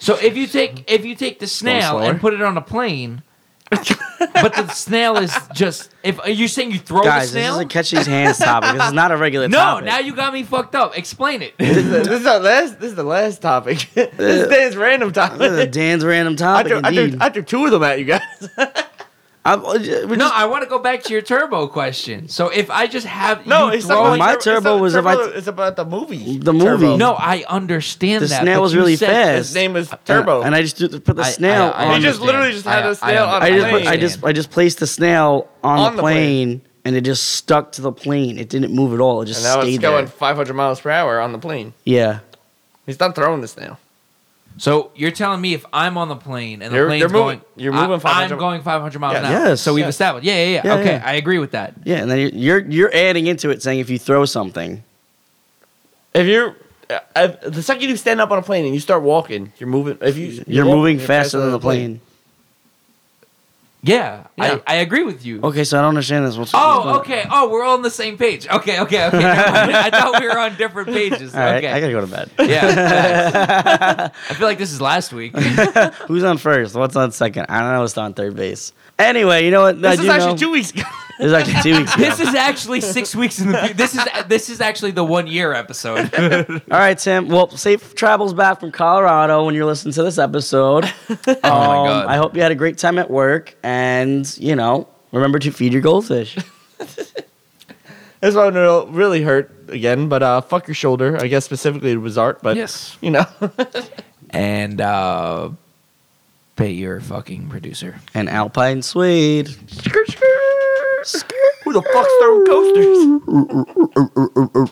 S3: So if you take if you take the snail
S1: slower.
S3: and put it on a plane, but the snail is just if are you saying you throw
S1: Guys,
S3: the
S1: this
S3: snail?
S1: is a catch these hands topic. This is not a regular
S3: no,
S1: topic.
S3: now you got me fucked up. Explain it.
S2: this, is, this is our last. This is the last topic. this is Dan's random
S1: This is a
S2: topic.
S1: Dan's random
S2: I
S1: topic.
S2: threw, I, threw,
S1: indeed.
S2: I threw two of them at you guys.
S1: I'm- uh, j- we're
S3: No,
S1: just-
S3: I want to go back to your turbo question. So if I just have
S2: no,
S3: you
S2: it's not
S3: throwing,
S2: about
S1: My
S2: it's not
S1: turbo was about-
S2: It's about the movie.
S1: The
S2: Turbo.
S1: movie.
S3: no, I understand
S1: The
S3: that.
S1: snail
S3: but
S1: was
S3: you
S1: really
S3: said-
S1: fast.
S2: His name is Turbo.
S1: and I just do, put the
S3: I-
S1: snail
S3: I- I
S1: on.
S2: He just
S3: understand.
S2: literally just had
S3: I-
S2: a snail
S3: I-
S2: on
S1: I
S2: a
S1: just, put,
S2: plane.
S1: I just, I just placed the snail on,
S2: On
S1: the
S2: the
S1: plane,
S2: plane.
S1: and it just stuck to the plane. It didn't move at all. It just
S2: And now it's
S1: stayed there.
S2: going 500 miles per hour on the plane.
S1: Yeah,
S2: He's not throwing the snail.
S3: So you're telling me if I'm on the plane and the
S2: You're-
S3: plane's
S2: you're moving-
S3: going,
S2: you're moving
S3: I,
S2: 500
S3: am going 500 miles
S2: Yes.
S3: an hour.
S1: Yes.
S3: So we've
S1: Yes.
S3: established. Yeah, yeah, yeah.
S1: Yeah,
S3: okay,
S1: yeah.
S3: I agree with that.
S1: yeah. And then you're, you're you're adding into it, saying if you throw something,
S2: If you're uh, if, the second you stand up on a plane and you start walking, you're moving. If you
S1: you're,
S2: walking,
S1: moving faster than the plane.
S3: Yeah,
S2: Yeah.
S3: I, I agree with you.
S1: Okay, so I don't understand this. What's
S3: Oh, okay. Oh, we're all on the same page. Okay, okay, okay. Never mind. I thought we were on different pages.
S1: All right,
S3: okay.
S1: I gotta go to bed.
S3: yeah. thanks. I feel like this is last week.
S1: Who's on first? What's on second? I don't know. It's on third base. Anyway, you know what? I
S2: This is
S1: do
S2: actually
S1: know-
S2: two weeks ago.
S1: It was like two weeks ago.
S3: This is actually six weeks in the. fu- This is this is actually the one year episode.
S1: All right, Tim. Well, safe travels back from Colorado when you're listening to this episode. oh my
S3: God.
S1: I hope you had a great time at work, and you know, remember to feed your goldfish.
S2: This one will really hurt again, but uh, fuck your shoulder. I guess specifically it was art, but
S3: Yes.
S2: you know.
S3: and uh, pay your fucking producer.
S1: and Alpine Swede.
S2: Who the fuck's throwing coasters?